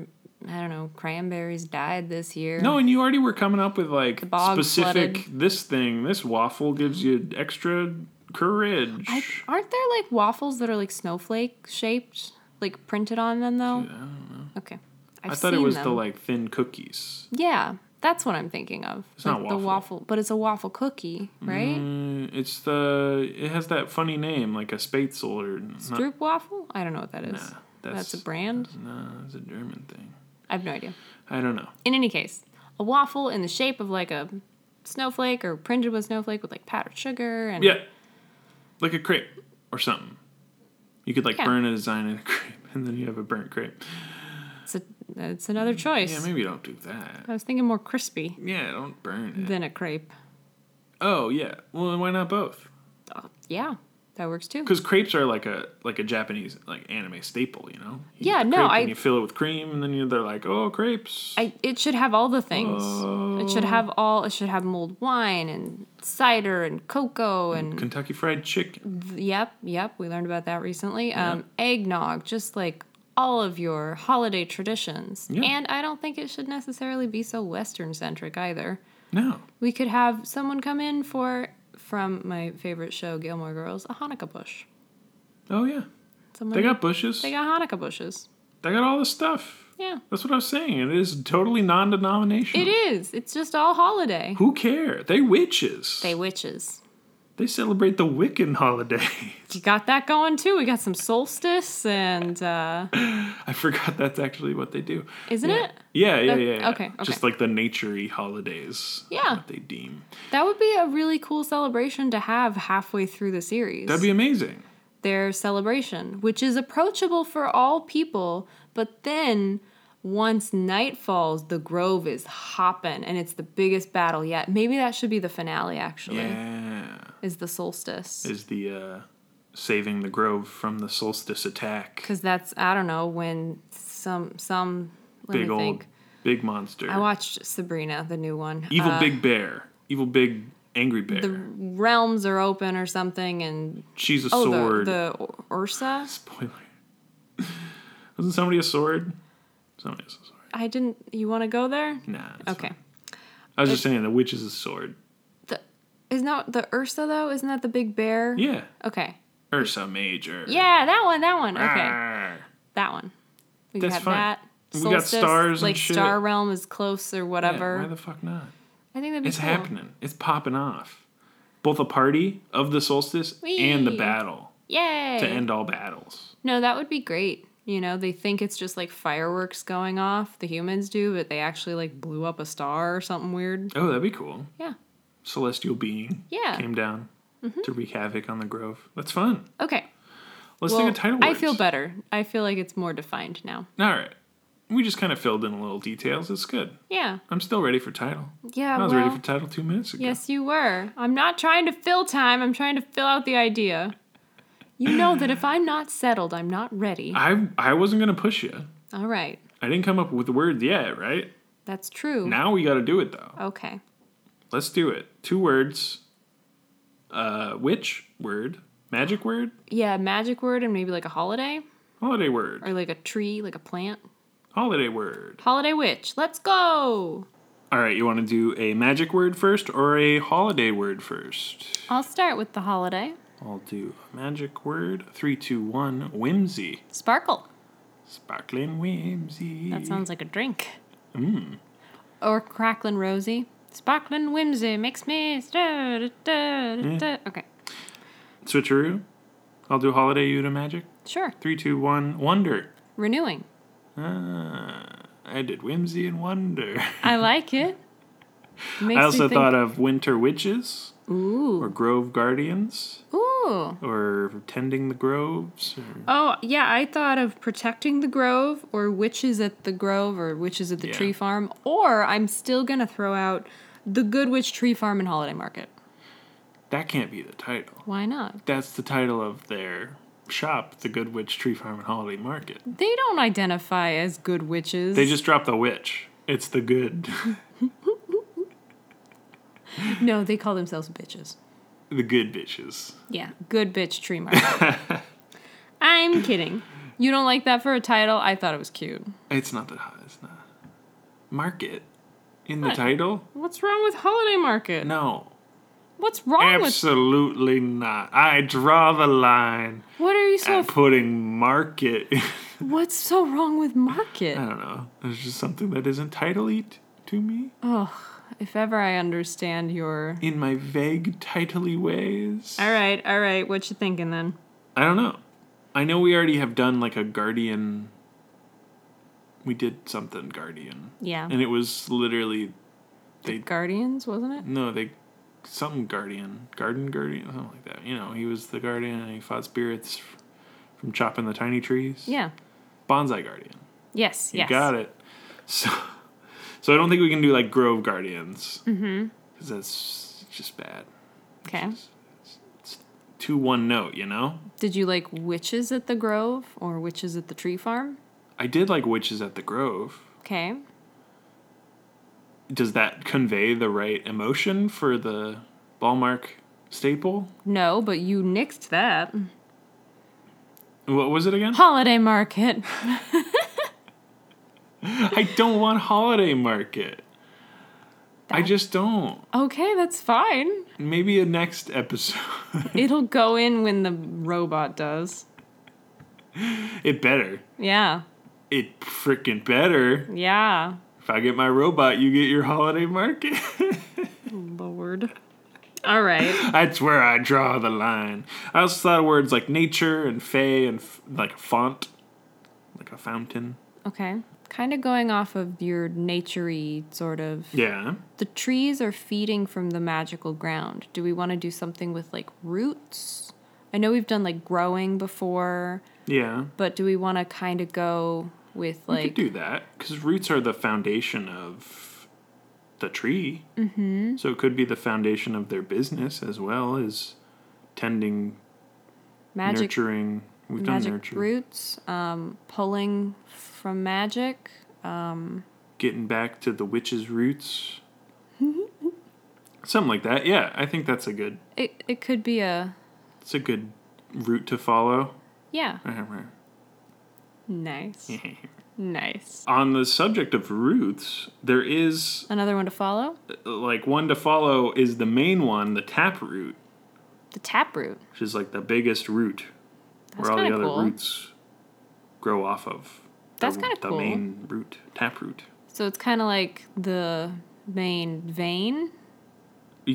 [SPEAKER 1] I don't know, cranberries died this year.
[SPEAKER 2] No, and you already were coming up with like
[SPEAKER 1] bog
[SPEAKER 2] specific
[SPEAKER 1] flooded.
[SPEAKER 2] this thing. This waffle gives you extra courage.
[SPEAKER 1] I, aren't there like waffles that are like snowflake shaped, like printed on them though?
[SPEAKER 2] I don't know.
[SPEAKER 1] Okay.
[SPEAKER 2] I
[SPEAKER 1] I've
[SPEAKER 2] thought it
[SPEAKER 1] seen
[SPEAKER 2] was the
[SPEAKER 1] them.
[SPEAKER 2] like thin cookies.
[SPEAKER 1] Yeah, that's what I'm thinking of. It's
[SPEAKER 2] not
[SPEAKER 1] The
[SPEAKER 2] waffle.
[SPEAKER 1] waffle, but it's a waffle cookie, right?
[SPEAKER 2] Mm, it's the it has that funny name like a spatzel or not,
[SPEAKER 1] Droop waffle? I don't know what that is.
[SPEAKER 2] Nah,
[SPEAKER 1] that's,
[SPEAKER 2] that's-
[SPEAKER 1] a brand?
[SPEAKER 2] no, it's a German thing.
[SPEAKER 1] I have no idea.
[SPEAKER 2] I don't know.
[SPEAKER 1] In any case, a waffle in the shape of like a snowflake or printed with snowflake with like powdered sugar and
[SPEAKER 2] Yeah. Like a crepe or something. You could like
[SPEAKER 1] Yeah.
[SPEAKER 2] burn a design in a crepe and then you have a burnt crepe.
[SPEAKER 1] it's, a, it's another choice.
[SPEAKER 2] Mm, Yeah, maybe don't do that.
[SPEAKER 1] I was thinking more crispy
[SPEAKER 2] Yeah, don't burn it.
[SPEAKER 1] than a crepe.
[SPEAKER 2] Oh, yeah. Well, then why not both?
[SPEAKER 1] Oh, yeah, That works too.
[SPEAKER 2] Because crepes are like a like a Japanese like anime staple, you know. You
[SPEAKER 1] Yeah,
[SPEAKER 2] get
[SPEAKER 1] no,
[SPEAKER 2] the crepe
[SPEAKER 1] I-
[SPEAKER 2] and you fill it with cream, and then you they're like, oh, crepes.
[SPEAKER 1] I, it should have all the things. It
[SPEAKER 2] Uh.
[SPEAKER 1] should have all. It should have mulled wine and cider and cocoa and
[SPEAKER 2] Kentucky Fried Chicken.
[SPEAKER 1] yep, yep. We learned about that recently. Um, eggnog, just like all of your holiday traditions.
[SPEAKER 2] Yeah.
[SPEAKER 1] And I don't think it should necessarily be so Western centric either.
[SPEAKER 2] No,
[SPEAKER 1] We could have someone come in for from my favorite show, Gilmore Girls, a Hanukkah bush.
[SPEAKER 2] oh yeah,
[SPEAKER 1] Someone
[SPEAKER 2] they got bushes.
[SPEAKER 1] they got Hanukkah bushes.
[SPEAKER 2] They got all this stuff.
[SPEAKER 1] Yeah,
[SPEAKER 2] That's what I was saying. It is totally non-denominational.
[SPEAKER 1] it is. It's just all holiday.
[SPEAKER 2] Who care? They witches.
[SPEAKER 1] They witches.
[SPEAKER 2] They celebrate the Wiccan holiday.
[SPEAKER 1] You got that going too. We got some solstice and uh,
[SPEAKER 2] I forgot that's actually what they do.
[SPEAKER 1] isn't
[SPEAKER 2] yeah.
[SPEAKER 1] it?
[SPEAKER 2] Yeah, yeah,
[SPEAKER 1] That-
[SPEAKER 2] yeah, yeah.
[SPEAKER 1] okay,
[SPEAKER 2] Just like the naturey holidays.
[SPEAKER 1] Yeah.
[SPEAKER 2] That they deem.
[SPEAKER 1] That would be a really cool celebration to have halfway through the series.
[SPEAKER 2] That'd be amazing.
[SPEAKER 1] Their celebration, which is approachable for all people, but then once night falls, the grove is hopping and it's the biggest battle yet. Maybe that should be the finale actually.
[SPEAKER 2] Yeah.
[SPEAKER 1] Is the solstice.
[SPEAKER 2] Is the uh saving the grove from the solstice attack.
[SPEAKER 1] Cuz that's I don't know when some some let
[SPEAKER 2] Big
[SPEAKER 1] me
[SPEAKER 2] old
[SPEAKER 1] think.
[SPEAKER 2] big monster.
[SPEAKER 1] I watched Sabrina, the new one.
[SPEAKER 2] Evil
[SPEAKER 1] Uh,
[SPEAKER 2] big bear. Evil big angry bear.
[SPEAKER 1] the realms are open or something and
[SPEAKER 2] She's a
[SPEAKER 1] oh
[SPEAKER 2] sword.
[SPEAKER 1] the the Ur- Ursa?
[SPEAKER 2] Spoiler. Wasn't somebody a sword? Somebody is a sword.
[SPEAKER 1] I didn't you want to go there?
[SPEAKER 2] Nah. it's
[SPEAKER 1] Okay.
[SPEAKER 2] fine. I was just saying the witch is a sword.
[SPEAKER 1] The, isn't that the Ursa though? Isn't that the big bear?
[SPEAKER 2] Yeah.
[SPEAKER 1] Okay.
[SPEAKER 2] Ursa Major. Ah.
[SPEAKER 1] Yeah, that one, that one. Okay.
[SPEAKER 2] Arr.
[SPEAKER 1] That one. We
[SPEAKER 2] That's
[SPEAKER 1] had
[SPEAKER 2] fine.
[SPEAKER 1] that.
[SPEAKER 2] We got stars and
[SPEAKER 1] like
[SPEAKER 2] shit.
[SPEAKER 1] Star Realm is close or
[SPEAKER 2] Yeah,
[SPEAKER 1] whatever.
[SPEAKER 2] why the fuck not?
[SPEAKER 1] I think that'd be
[SPEAKER 2] It's
[SPEAKER 1] cool.
[SPEAKER 2] happening. It's popping off. Both a party of the solstice and the
[SPEAKER 1] Whee!
[SPEAKER 2] battle
[SPEAKER 1] Yay.
[SPEAKER 2] to end all battles.
[SPEAKER 1] No, that would be great. You know, they think it's just like fireworks going off, the humans do, but they actually like blew up a star or something weird.
[SPEAKER 2] Oh, that'd be cool.
[SPEAKER 1] Yeah.
[SPEAKER 2] Celestial being
[SPEAKER 1] Yeah. Mm-hmm.
[SPEAKER 2] came down to wreak havoc on the grove. That's fun.
[SPEAKER 1] Okay.
[SPEAKER 2] Let's
[SPEAKER 1] Well,
[SPEAKER 2] think of title
[SPEAKER 1] I
[SPEAKER 2] words.
[SPEAKER 1] feel better. I feel like it's more defined now.
[SPEAKER 2] All right. We just kind of filled in a little details. It's good.
[SPEAKER 1] Yeah.
[SPEAKER 2] I'm still ready for title.
[SPEAKER 1] Yeah.
[SPEAKER 2] I was
[SPEAKER 1] well,
[SPEAKER 2] ready for title two minutes ago.
[SPEAKER 1] Yes, you were. I'm not trying to fill time, I'm trying to fill out the idea. You know that if I'm not settled, I'm not ready.
[SPEAKER 2] I I wasn't gonna push you.
[SPEAKER 1] All right.
[SPEAKER 2] I didn't come up with the words yet, right?
[SPEAKER 1] That's true.
[SPEAKER 2] Now we got to do it though.
[SPEAKER 1] Okay.
[SPEAKER 2] Let's do it. Two words. Uh, which word? Magic word?
[SPEAKER 1] Yeah, magic word and maybe like a holiday
[SPEAKER 2] Holiday word.
[SPEAKER 1] or like a tree, like a plant.
[SPEAKER 2] Holiday word.
[SPEAKER 1] Holiday witch. Let's go.
[SPEAKER 2] All right, you want to do a magic word first or a holiday word first?
[SPEAKER 1] I'll start with the holiday.
[SPEAKER 2] I'll do a magic word. Three, two, one. Whimsy.
[SPEAKER 1] Sparkle.
[SPEAKER 2] Sparkling whimsy.
[SPEAKER 1] That sounds like a drink.
[SPEAKER 2] Hmm.
[SPEAKER 1] Mm. Or cracklin' rosy. Sparklin' whimsy makes me. stir, da, da, da, da. Okay.
[SPEAKER 2] switcheroo. I'll do holiday. You do magic.
[SPEAKER 1] Sure.
[SPEAKER 2] Three, two, one. Wonder.
[SPEAKER 1] Renewing.
[SPEAKER 2] Ah, I did whimsy and wonder.
[SPEAKER 1] I like it. Makes
[SPEAKER 2] I
[SPEAKER 1] me
[SPEAKER 2] also
[SPEAKER 1] think-
[SPEAKER 2] thought of winter witches or
[SPEAKER 1] Ooh.
[SPEAKER 2] grove guardians
[SPEAKER 1] Ooh.
[SPEAKER 2] or tending the groves. Or,
[SPEAKER 1] Oh, yeah, I thought of protecting the grove or witches at the grove or witches at the
[SPEAKER 2] Yeah.
[SPEAKER 1] tree farm. Or I'm still going to throw out the Good Witch Tree Farm and Holiday Market.
[SPEAKER 2] that can't be the title.
[SPEAKER 1] Why not?
[SPEAKER 2] That's the title of their shop, the Good Witch Tree Farm and Holiday Market.
[SPEAKER 1] They don't identify as good witches.
[SPEAKER 2] They just dropped the witch. It's the good.
[SPEAKER 1] No, they call themselves bitches.
[SPEAKER 2] the good bitches.
[SPEAKER 1] Yeah, good bitch tree market. I'm kidding. You don't like that for a title? I thought it was cute.
[SPEAKER 2] It's not that hot. It's not. Market. In the title?
[SPEAKER 1] What's wrong with holiday market?
[SPEAKER 2] No.
[SPEAKER 1] What's wrong with
[SPEAKER 2] Absolutely not. I draw the line
[SPEAKER 1] What are you so
[SPEAKER 2] at putting market.
[SPEAKER 1] What's so wrong with market?
[SPEAKER 2] I don't know. There's just something that isn't title eat to me
[SPEAKER 1] Oh, if ever I understand your
[SPEAKER 2] in my vague titley ways.
[SPEAKER 1] All right, all right. What you thinking then?
[SPEAKER 2] I don't know. I know we already have done like a guardian. We did something guardian,
[SPEAKER 1] Yeah.
[SPEAKER 2] and it was literally
[SPEAKER 1] Guardians, wasn't it?
[SPEAKER 2] no they something guardian garden guardian something like that. You know, he was the guardian and he fought spirits f- from chopping the tiny trees.
[SPEAKER 1] Yeah.
[SPEAKER 2] bonsai guardian.
[SPEAKER 1] Yes,
[SPEAKER 2] You
[SPEAKER 1] yes.
[SPEAKER 2] got it. So, so I don't think we can do like Grove Guardians. Mm-hmm. Because that's just bad.
[SPEAKER 1] Okay.
[SPEAKER 2] It's too one note, you know?
[SPEAKER 1] Did you like witches at the Grove or witches at the tree farm?
[SPEAKER 2] I did like Witches at the Grove.
[SPEAKER 1] Okay.
[SPEAKER 2] Does that convey the right emotion for the Ballmark staple?
[SPEAKER 1] No, but you nixed that.
[SPEAKER 2] What was it again?
[SPEAKER 1] Holiday market.
[SPEAKER 2] I don't want holiday market. I just don't.
[SPEAKER 1] Okay, that's fine.
[SPEAKER 2] Maybe a next episode.
[SPEAKER 1] It'll go in when the robot does.
[SPEAKER 2] it better.
[SPEAKER 1] Yeah.
[SPEAKER 2] It freaking better.
[SPEAKER 1] Yeah.
[SPEAKER 2] If I get my robot, you get your holiday market.
[SPEAKER 1] Lord. All right.
[SPEAKER 2] That's where I draw the line. I also thought of words like nature and fey and f- like a font, like a fountain.
[SPEAKER 1] Okay. Kind of going off of your naturey sort of.
[SPEAKER 2] Yeah.
[SPEAKER 1] The trees are feeding from the magical ground. Do we want to do something with like roots? I know we've done like growing before,
[SPEAKER 2] Yeah.
[SPEAKER 1] but do we want to kind of go with
[SPEAKER 2] You could
[SPEAKER 1] like
[SPEAKER 2] do that because roots are the foundation of the tree. Mm-hmm. So it could be the foundation of their business as well as tending,
[SPEAKER 1] magic
[SPEAKER 2] nurturing. We've done
[SPEAKER 1] magic
[SPEAKER 2] nurture.
[SPEAKER 1] roots, um, pulling from magic?
[SPEAKER 2] Getting back to the witch's roots.
[SPEAKER 1] Mm-hmm.
[SPEAKER 2] Something like that. Yeah, I think that's a good.
[SPEAKER 1] It it could be a
[SPEAKER 2] It's a good route to follow.
[SPEAKER 1] yeah.
[SPEAKER 2] Right,
[SPEAKER 1] Nice.
[SPEAKER 2] right.
[SPEAKER 1] Nice.
[SPEAKER 2] On the subject of roots, there is
[SPEAKER 1] Another one to follow?
[SPEAKER 2] like one to follow is the main one, the tap root,
[SPEAKER 1] The taproot.
[SPEAKER 2] which is like the biggest root
[SPEAKER 1] That's
[SPEAKER 2] where all the
[SPEAKER 1] kinda
[SPEAKER 2] other
[SPEAKER 1] cool.
[SPEAKER 2] roots grow off of.
[SPEAKER 1] That's
[SPEAKER 2] The-
[SPEAKER 1] kinda
[SPEAKER 2] the
[SPEAKER 1] cool.
[SPEAKER 2] main root, tap root.
[SPEAKER 1] So it's kind of like the main vein. I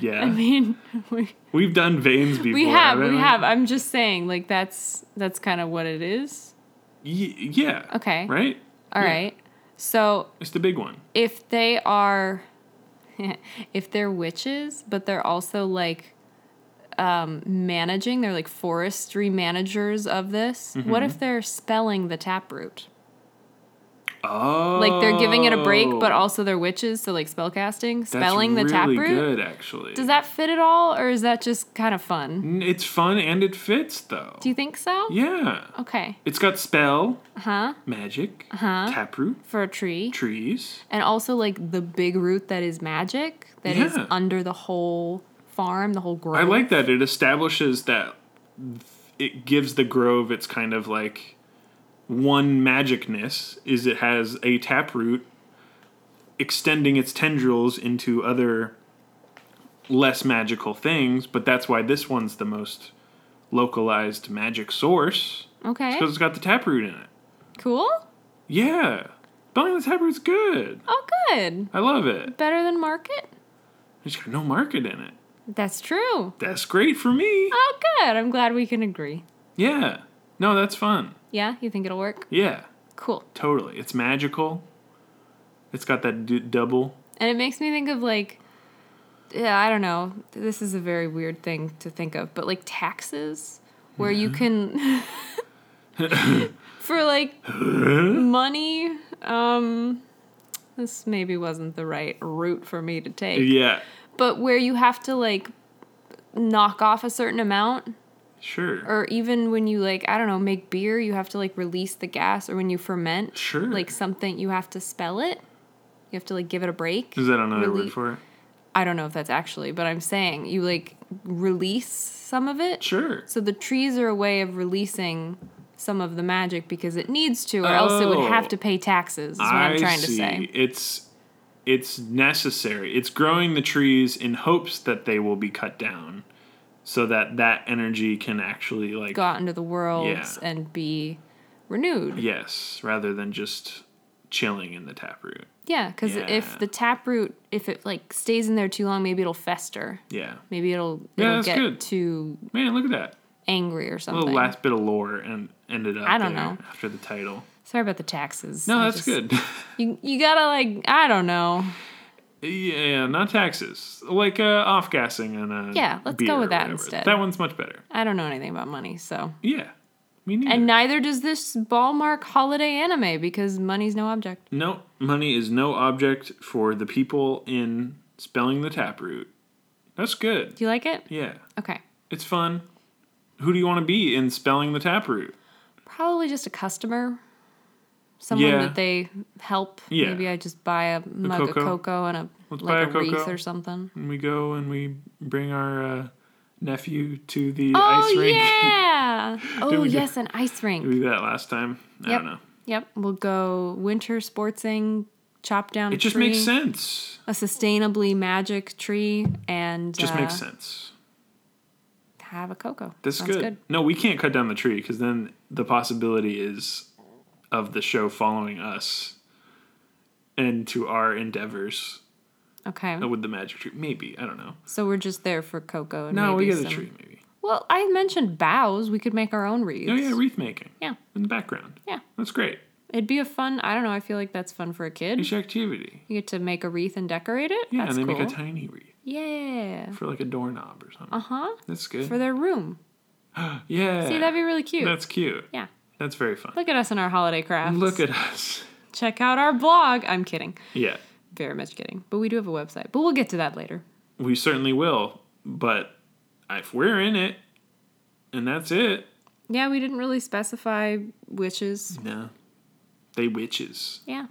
[SPEAKER 2] Yeah,
[SPEAKER 1] mean, we,
[SPEAKER 2] we've done veins before.
[SPEAKER 1] we have, we
[SPEAKER 2] haven't
[SPEAKER 1] have. I'm just saying, like that's that's kind of what it is.
[SPEAKER 2] Y- yeah.
[SPEAKER 1] Okay.
[SPEAKER 2] Right.
[SPEAKER 1] All right.
[SPEAKER 2] Yeah.
[SPEAKER 1] So
[SPEAKER 2] It's the big one.
[SPEAKER 1] if they are, if they're witches, but they're also like um, managing, they're like forestry managers of this.
[SPEAKER 2] Mm-hmm.
[SPEAKER 1] What if they're spelling the taproot?
[SPEAKER 2] Oh.
[SPEAKER 1] Like they're giving it a break, but also they're witches, so like spellcasting,
[SPEAKER 2] Oh, That's
[SPEAKER 1] spelling the
[SPEAKER 2] really
[SPEAKER 1] taproot.
[SPEAKER 2] Good, actually.
[SPEAKER 1] Does that fit at all, or is that just kind of fun?
[SPEAKER 2] N- It's fun and it fits though.
[SPEAKER 1] Do you Uh-huh. think so?
[SPEAKER 2] yeah.
[SPEAKER 1] Okay.
[SPEAKER 2] It's got spell,
[SPEAKER 1] Huh?
[SPEAKER 2] magic,
[SPEAKER 1] Huh?
[SPEAKER 2] taproot,
[SPEAKER 1] For a tree.
[SPEAKER 2] trees.
[SPEAKER 1] And also like the big root that is magic that is
[SPEAKER 2] Yeah.
[SPEAKER 1] under the whole farm, the whole grove.
[SPEAKER 2] I like that. It establishes that it gives the grove its kind of like one magicness is it has a taproot extending its tendrils into other less magical things, but that's why this one's the most localized magic source
[SPEAKER 1] Okay.
[SPEAKER 2] because it's got the taproot in it.
[SPEAKER 1] Cool?
[SPEAKER 2] Yeah. Building the taproot's good.
[SPEAKER 1] Oh good.
[SPEAKER 2] I love it.
[SPEAKER 1] Better than market?
[SPEAKER 2] It's got no market in it.
[SPEAKER 1] That's true.
[SPEAKER 2] That's great for me.
[SPEAKER 1] Oh good. I'm glad we can agree.
[SPEAKER 2] Yeah. No, that's fun.
[SPEAKER 1] Yeah, you think it'll work?
[SPEAKER 2] Yeah.
[SPEAKER 1] Cool.
[SPEAKER 2] Totally. It's magical. It's got that d- double.
[SPEAKER 1] And it makes me think of like yeah, I don't know. This is a very weird thing to think of, but like taxes where you
[SPEAKER 2] Mm-hmm.
[SPEAKER 1] can for like money um this maybe wasn't the right route for me to take.
[SPEAKER 2] Yeah.
[SPEAKER 1] But where you have to like knock off a certain amount
[SPEAKER 2] Sure.
[SPEAKER 1] or even when you like I don't know, make beer, you have to like release the gas or when you ferment
[SPEAKER 2] Sure.
[SPEAKER 1] like something you have to spell it. You have to like give it a break.
[SPEAKER 2] Is that another
[SPEAKER 1] Really-
[SPEAKER 2] word for it?
[SPEAKER 1] I don't know if that's actually, but I'm saying you like release some of it.
[SPEAKER 2] Sure.
[SPEAKER 1] So the trees are a way of releasing some of the magic because it needs to, or else it would have
[SPEAKER 2] Oh.
[SPEAKER 1] to pay taxes. Is what I'm trying to say.
[SPEAKER 2] It's it's necessary. It's growing the trees in hopes that they will be cut down, so that that energy can actually like
[SPEAKER 1] Go out into the world
[SPEAKER 2] Yeah.
[SPEAKER 1] and be renewed. Yeah,
[SPEAKER 2] yes, rather than just chilling in the taproot.
[SPEAKER 1] because
[SPEAKER 2] Yeah.
[SPEAKER 1] if the taproot, if it like stays in there too long, maybe it'll fester.
[SPEAKER 2] Yeah,
[SPEAKER 1] Maybe it'll,
[SPEAKER 2] Yeah,
[SPEAKER 1] it'll
[SPEAKER 2] that's
[SPEAKER 1] get
[SPEAKER 2] good.
[SPEAKER 1] too
[SPEAKER 2] man, look at that
[SPEAKER 1] angry or
[SPEAKER 2] little
[SPEAKER 1] something.
[SPEAKER 2] last bit of lore and ended up.
[SPEAKER 1] I don't
[SPEAKER 2] there
[SPEAKER 1] know.
[SPEAKER 2] after the title.
[SPEAKER 1] Sorry about the taxes.
[SPEAKER 2] No,
[SPEAKER 1] I
[SPEAKER 2] that's
[SPEAKER 1] just-
[SPEAKER 2] good.
[SPEAKER 1] You, you gotta like I don't know.
[SPEAKER 2] Yeah, not taxes. Like uh, off gassing and uh
[SPEAKER 1] Yeah, let's
[SPEAKER 2] beer
[SPEAKER 1] go with
[SPEAKER 2] or
[SPEAKER 1] that
[SPEAKER 2] whatever.
[SPEAKER 1] instead.
[SPEAKER 2] That one's much better.
[SPEAKER 1] I don't know anything about money, so
[SPEAKER 2] Yeah, me neither.
[SPEAKER 1] And neither does this Ballmark holiday anime because money's no object.
[SPEAKER 2] no, money is no object for the people in spelling the taproot. That's good.
[SPEAKER 1] Do you like it?
[SPEAKER 2] Yeah,
[SPEAKER 1] Okay.
[SPEAKER 2] It's fun. Who do you want to be in spelling the taproot?
[SPEAKER 1] Probably just a customer. Someone
[SPEAKER 2] Yeah.
[SPEAKER 1] that they help.
[SPEAKER 2] Yeah.
[SPEAKER 1] Maybe I just buy a mug
[SPEAKER 2] cocoa.
[SPEAKER 1] of cocoa and a
[SPEAKER 2] Let's
[SPEAKER 1] like
[SPEAKER 2] buy a
[SPEAKER 1] wreath
[SPEAKER 2] cocoa.
[SPEAKER 1] or something.
[SPEAKER 2] And we go and we bring our uh, nephew to the ice
[SPEAKER 1] oh
[SPEAKER 2] rink.
[SPEAKER 1] yeah. oh
[SPEAKER 2] we do-
[SPEAKER 1] yes, an ice rink.
[SPEAKER 2] We did that last time. I
[SPEAKER 1] Yep.
[SPEAKER 2] don't know.
[SPEAKER 1] Yep, we'll go winter sportsing, chop down.
[SPEAKER 2] It
[SPEAKER 1] a
[SPEAKER 2] just
[SPEAKER 1] tree,
[SPEAKER 2] makes sense.
[SPEAKER 1] A sustainably magic tree, and
[SPEAKER 2] Just
[SPEAKER 1] uh,
[SPEAKER 2] makes sense.
[SPEAKER 1] Have a cocoa.
[SPEAKER 2] That's
[SPEAKER 1] Sounds
[SPEAKER 2] good. No, we can't cut down the tree because then the possibility is of the show following us and to our endeavors
[SPEAKER 1] Okay,
[SPEAKER 2] with the magic tree. Maybe I don't know.
[SPEAKER 1] so we're just there for cocoa. And
[SPEAKER 2] No,
[SPEAKER 1] maybe
[SPEAKER 2] we got
[SPEAKER 1] some-
[SPEAKER 2] a tree. Maybe.
[SPEAKER 1] Well, I mentioned boughs. We could make our own wreaths.
[SPEAKER 2] Oh yeah, wreath making
[SPEAKER 1] yeah,
[SPEAKER 2] in the background.
[SPEAKER 1] yeah.
[SPEAKER 2] That's great.
[SPEAKER 1] It'd be a fun. I don't know. I feel like that's fun for a kid.
[SPEAKER 2] Each activity.
[SPEAKER 1] You get to make a wreath and decorate it.
[SPEAKER 2] Yeah,
[SPEAKER 1] Mm. that's
[SPEAKER 2] and they
[SPEAKER 1] cool.
[SPEAKER 2] make a tiny wreath
[SPEAKER 1] yeah.
[SPEAKER 2] for like a doorknob or something.
[SPEAKER 1] Uh huh.
[SPEAKER 2] That's good.
[SPEAKER 1] For their room.
[SPEAKER 2] yeah.
[SPEAKER 1] See, that'd be really cute.
[SPEAKER 2] That's cute.
[SPEAKER 1] yeah.
[SPEAKER 2] That's very fun.
[SPEAKER 1] Look at us in our holiday crafts.
[SPEAKER 2] Look at us.
[SPEAKER 1] Check out our blog. I'm kidding.
[SPEAKER 2] Yeah.
[SPEAKER 1] Very much kidding. But we do have a website. But we'll get to that later.
[SPEAKER 2] We certainly will. But if we're in it, and that's it.
[SPEAKER 1] Yeah, we didn't really specify witches.
[SPEAKER 2] No. They witches.
[SPEAKER 1] Yeah.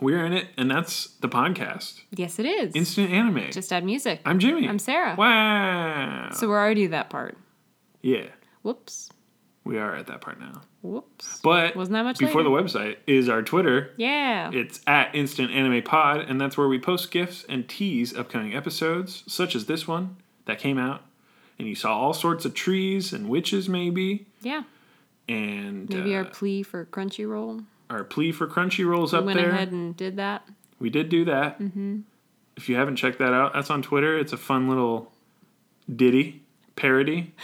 [SPEAKER 2] We're in it, and that's the podcast.
[SPEAKER 1] Yes, it is.
[SPEAKER 2] Instant anime.
[SPEAKER 1] Just add music.
[SPEAKER 2] I'm Jimmy.
[SPEAKER 1] I'm Sarah.
[SPEAKER 2] Wow.
[SPEAKER 1] So we're already that part.
[SPEAKER 2] yeah,
[SPEAKER 1] Whoops.
[SPEAKER 2] we are at that part now.
[SPEAKER 1] Whoops.
[SPEAKER 2] But
[SPEAKER 1] Wasn't that much
[SPEAKER 2] before
[SPEAKER 1] later.
[SPEAKER 2] the website is our Twitter.
[SPEAKER 1] Yeah.
[SPEAKER 2] It's at Instant Anime Pod, and that's where we post gifs and tease upcoming episodes, such as this one that came out. And you saw all sorts of trees and witches, maybe.
[SPEAKER 1] yeah.
[SPEAKER 2] And
[SPEAKER 1] Maybe
[SPEAKER 2] uh,
[SPEAKER 1] our plea for Crunchyroll.
[SPEAKER 2] our plea for Crunchyroll's
[SPEAKER 1] We
[SPEAKER 2] up
[SPEAKER 1] went
[SPEAKER 2] there.
[SPEAKER 1] ahead and did that.
[SPEAKER 2] We did do that. Mm-hmm. If you haven't checked that out, that's on Twitter. It's a fun little ditty parody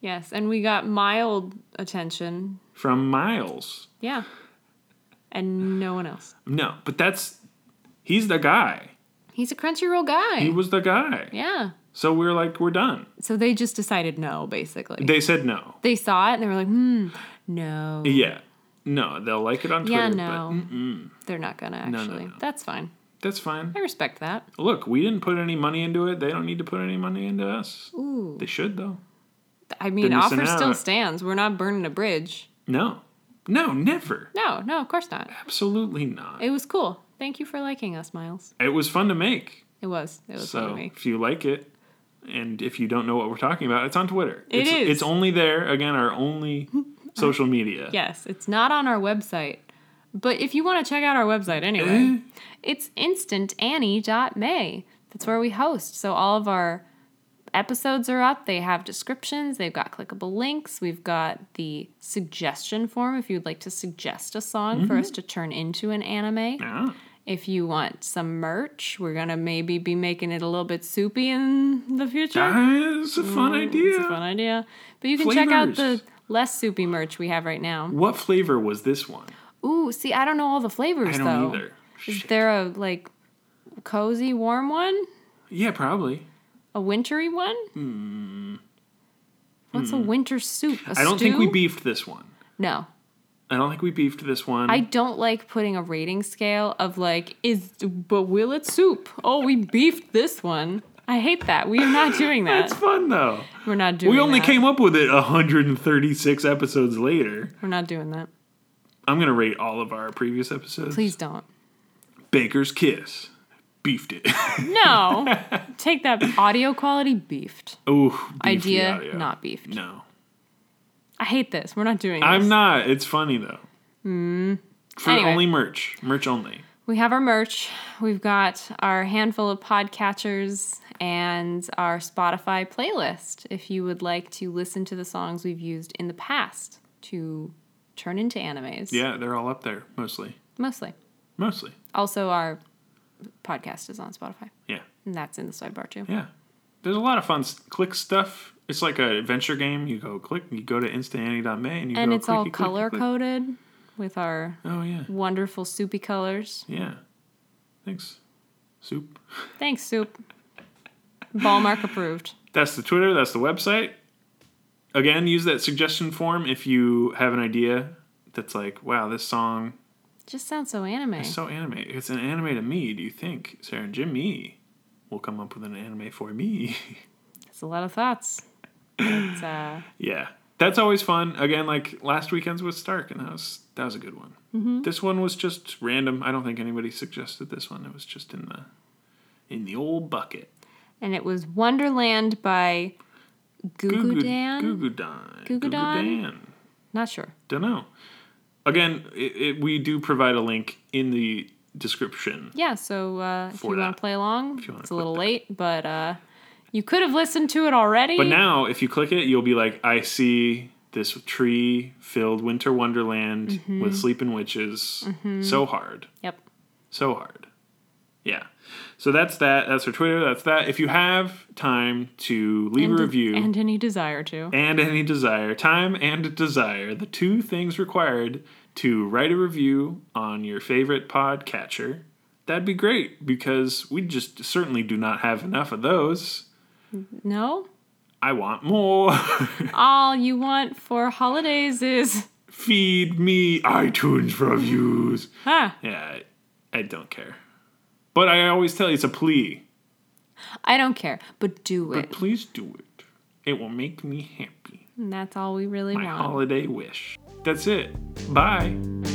[SPEAKER 1] Yes. And we got mild attention.
[SPEAKER 2] from Miles.
[SPEAKER 1] Yeah. And no one else.
[SPEAKER 2] No, but that's he's the guy.
[SPEAKER 1] He's a Crunchyroll guy.
[SPEAKER 2] He was the guy.
[SPEAKER 1] yeah.
[SPEAKER 2] So we're like, we're done.
[SPEAKER 1] So they just decided no, basically.
[SPEAKER 2] They said no.
[SPEAKER 1] They saw it and they were like, hmm, no.
[SPEAKER 2] Yeah, no, they'll like it on Twitter.
[SPEAKER 1] Yeah,
[SPEAKER 2] but
[SPEAKER 1] no. They're not going to
[SPEAKER 2] no,
[SPEAKER 1] actually.
[SPEAKER 2] no.
[SPEAKER 1] That's fine.
[SPEAKER 2] That's fine.
[SPEAKER 1] I respect that.
[SPEAKER 2] Look, we didn't put any money into it. They don't need to put any money into us.
[SPEAKER 1] Ooh.
[SPEAKER 2] They should though.
[SPEAKER 1] I mean,
[SPEAKER 2] they're missing
[SPEAKER 1] offer still
[SPEAKER 2] out.
[SPEAKER 1] stands. We're not burning a bridge.
[SPEAKER 2] No, no, never.
[SPEAKER 1] No, no, of course not.
[SPEAKER 2] Absolutely not.
[SPEAKER 1] It was cool. Thank you for liking us, Miles.
[SPEAKER 2] It was fun to make.
[SPEAKER 1] It was. It was fun to
[SPEAKER 2] So
[SPEAKER 1] make.
[SPEAKER 2] if you like it, and if you don't know what we're talking about, it's on Twitter.
[SPEAKER 1] It
[SPEAKER 2] it's,
[SPEAKER 1] is.
[SPEAKER 2] It's only there. Again, our only social media.
[SPEAKER 1] Yes, it's not on our website. But if you want to check out our website anyway,
[SPEAKER 2] Mm-hmm.
[SPEAKER 1] it's instantannie.may. That's where we host. So all of our episodes are up. They have descriptions, they've got clickable links. We've got the suggestion form if you'd like to suggest a song for
[SPEAKER 2] Mm-hmm.
[SPEAKER 1] us to turn into an anime.
[SPEAKER 2] Yeah.
[SPEAKER 1] If you want some merch, we're going to maybe be making it a little bit soupy in the future.
[SPEAKER 2] That's a fun idea.
[SPEAKER 1] Mm, It's a fun idea. But you can check out the
[SPEAKER 2] Flavors.
[SPEAKER 1] less soupy merch we have right now.
[SPEAKER 2] What flavor was this one?
[SPEAKER 1] Ooh, see, I don't know all the flavors
[SPEAKER 2] I don't
[SPEAKER 1] though.
[SPEAKER 2] either.
[SPEAKER 1] Is
[SPEAKER 2] Shit.
[SPEAKER 1] there a like cozy warm one?
[SPEAKER 2] Yeah, probably.
[SPEAKER 1] A wintry one? Hmm. What's a winter soup? I
[SPEAKER 2] Hmm. I don't think we beefed this one.
[SPEAKER 1] No.
[SPEAKER 2] I don't think we beefed this one.
[SPEAKER 1] I don't like putting a rating scale of like is but will it soup? Oh, we beefed this one. I hate that. We are not doing
[SPEAKER 2] That's
[SPEAKER 1] that.
[SPEAKER 2] fun though.
[SPEAKER 1] We're not doing
[SPEAKER 2] We only
[SPEAKER 1] that.
[SPEAKER 2] came up with it 136 episodes later.
[SPEAKER 1] We're not doing that.
[SPEAKER 2] I'm gonna rate all of our previous episodes.
[SPEAKER 1] Please don't.
[SPEAKER 2] Baker's Kiss, beefed it.
[SPEAKER 1] No. Take that audio quality beefed.
[SPEAKER 2] Ooh, beefed the
[SPEAKER 1] Idea
[SPEAKER 2] audio.
[SPEAKER 1] not beefed.
[SPEAKER 2] No,
[SPEAKER 1] I hate this. We're not doing this.
[SPEAKER 2] I'm not. It's funny though. Mm. For
[SPEAKER 1] Anyway.
[SPEAKER 2] only merch, merch only.
[SPEAKER 1] We have our merch. We've got our handful of podcatchers and our Spotify playlist if you would like to listen to the songs we've used in the past to turn into animes.
[SPEAKER 2] Yeah, they're all up there mostly.
[SPEAKER 1] Mostly.
[SPEAKER 2] Mostly.
[SPEAKER 1] Also, our podcast is on Spotify,
[SPEAKER 2] Yeah,
[SPEAKER 1] and that's in the sidebar too.
[SPEAKER 2] yeah. There's a lot of fun s- click stuff. It's like an adventure game. You go click. You go to instantanny.me and you
[SPEAKER 1] And
[SPEAKER 2] go
[SPEAKER 1] it's all
[SPEAKER 2] clicky, clicky,
[SPEAKER 1] color
[SPEAKER 2] click.
[SPEAKER 1] coded with our
[SPEAKER 2] Oh yeah,
[SPEAKER 1] wonderful soupy colors.
[SPEAKER 2] yeah. Thanks, soup.
[SPEAKER 1] Thanks, Soup. Ballmark approved.
[SPEAKER 2] That's the Twitter. That's the website. Again, use that suggestion form if you have an idea that's like, wow, this song
[SPEAKER 1] Just sounds so anime.
[SPEAKER 2] is so anime. It's an anime to me. Do you think Sarah and Jimmy will come up with an anime for me?
[SPEAKER 1] It's a lot of thoughts. It's, uh,
[SPEAKER 2] Yeah, that's always fun. Again, like last weekend's was Stark, and that was that was a good one. This one was just random. I don't think anybody suggested this one. It was just in the in the old bucket.
[SPEAKER 1] and it was Wonderland by Goo Goo Dan.
[SPEAKER 2] Goo Goo Dan.
[SPEAKER 1] Goo Goo Dan? Not sure.
[SPEAKER 2] Don't know. Again, it, it, we do provide a link in the description.
[SPEAKER 1] Yeah, so uh, if
[SPEAKER 2] For
[SPEAKER 1] you want
[SPEAKER 2] that.
[SPEAKER 1] to play along,
[SPEAKER 2] you wanna
[SPEAKER 1] it's a
[SPEAKER 2] click
[SPEAKER 1] little
[SPEAKER 2] that.
[SPEAKER 1] late, but uh, you could have listened to it already.
[SPEAKER 2] But now, if you click it, you'll be like, I see this tree filled winter wonderland with sleeping witches. So hard.
[SPEAKER 1] yep.
[SPEAKER 2] so hard. Yeah. So that's that. That's our Twitter. That's that. If you have time to leave
[SPEAKER 1] And-
[SPEAKER 2] a review and,
[SPEAKER 1] and any desire to.
[SPEAKER 2] any desire, time and desire, the two things required to write a review on your favorite podcatcher, that'd be great because we just certainly do not have enough of those.
[SPEAKER 1] No?
[SPEAKER 2] I want more.
[SPEAKER 1] All you want for holidays is.
[SPEAKER 2] Feed me iTunes reviews.
[SPEAKER 1] Huh.
[SPEAKER 2] Yeah, I, I don't care. But I always tell you it's a plea.
[SPEAKER 1] I don't care, but do
[SPEAKER 2] But
[SPEAKER 1] it.
[SPEAKER 2] please do it. It will make me happy.
[SPEAKER 1] And that's all we really
[SPEAKER 2] My
[SPEAKER 1] want.
[SPEAKER 2] holiday wish. That's it. Bye.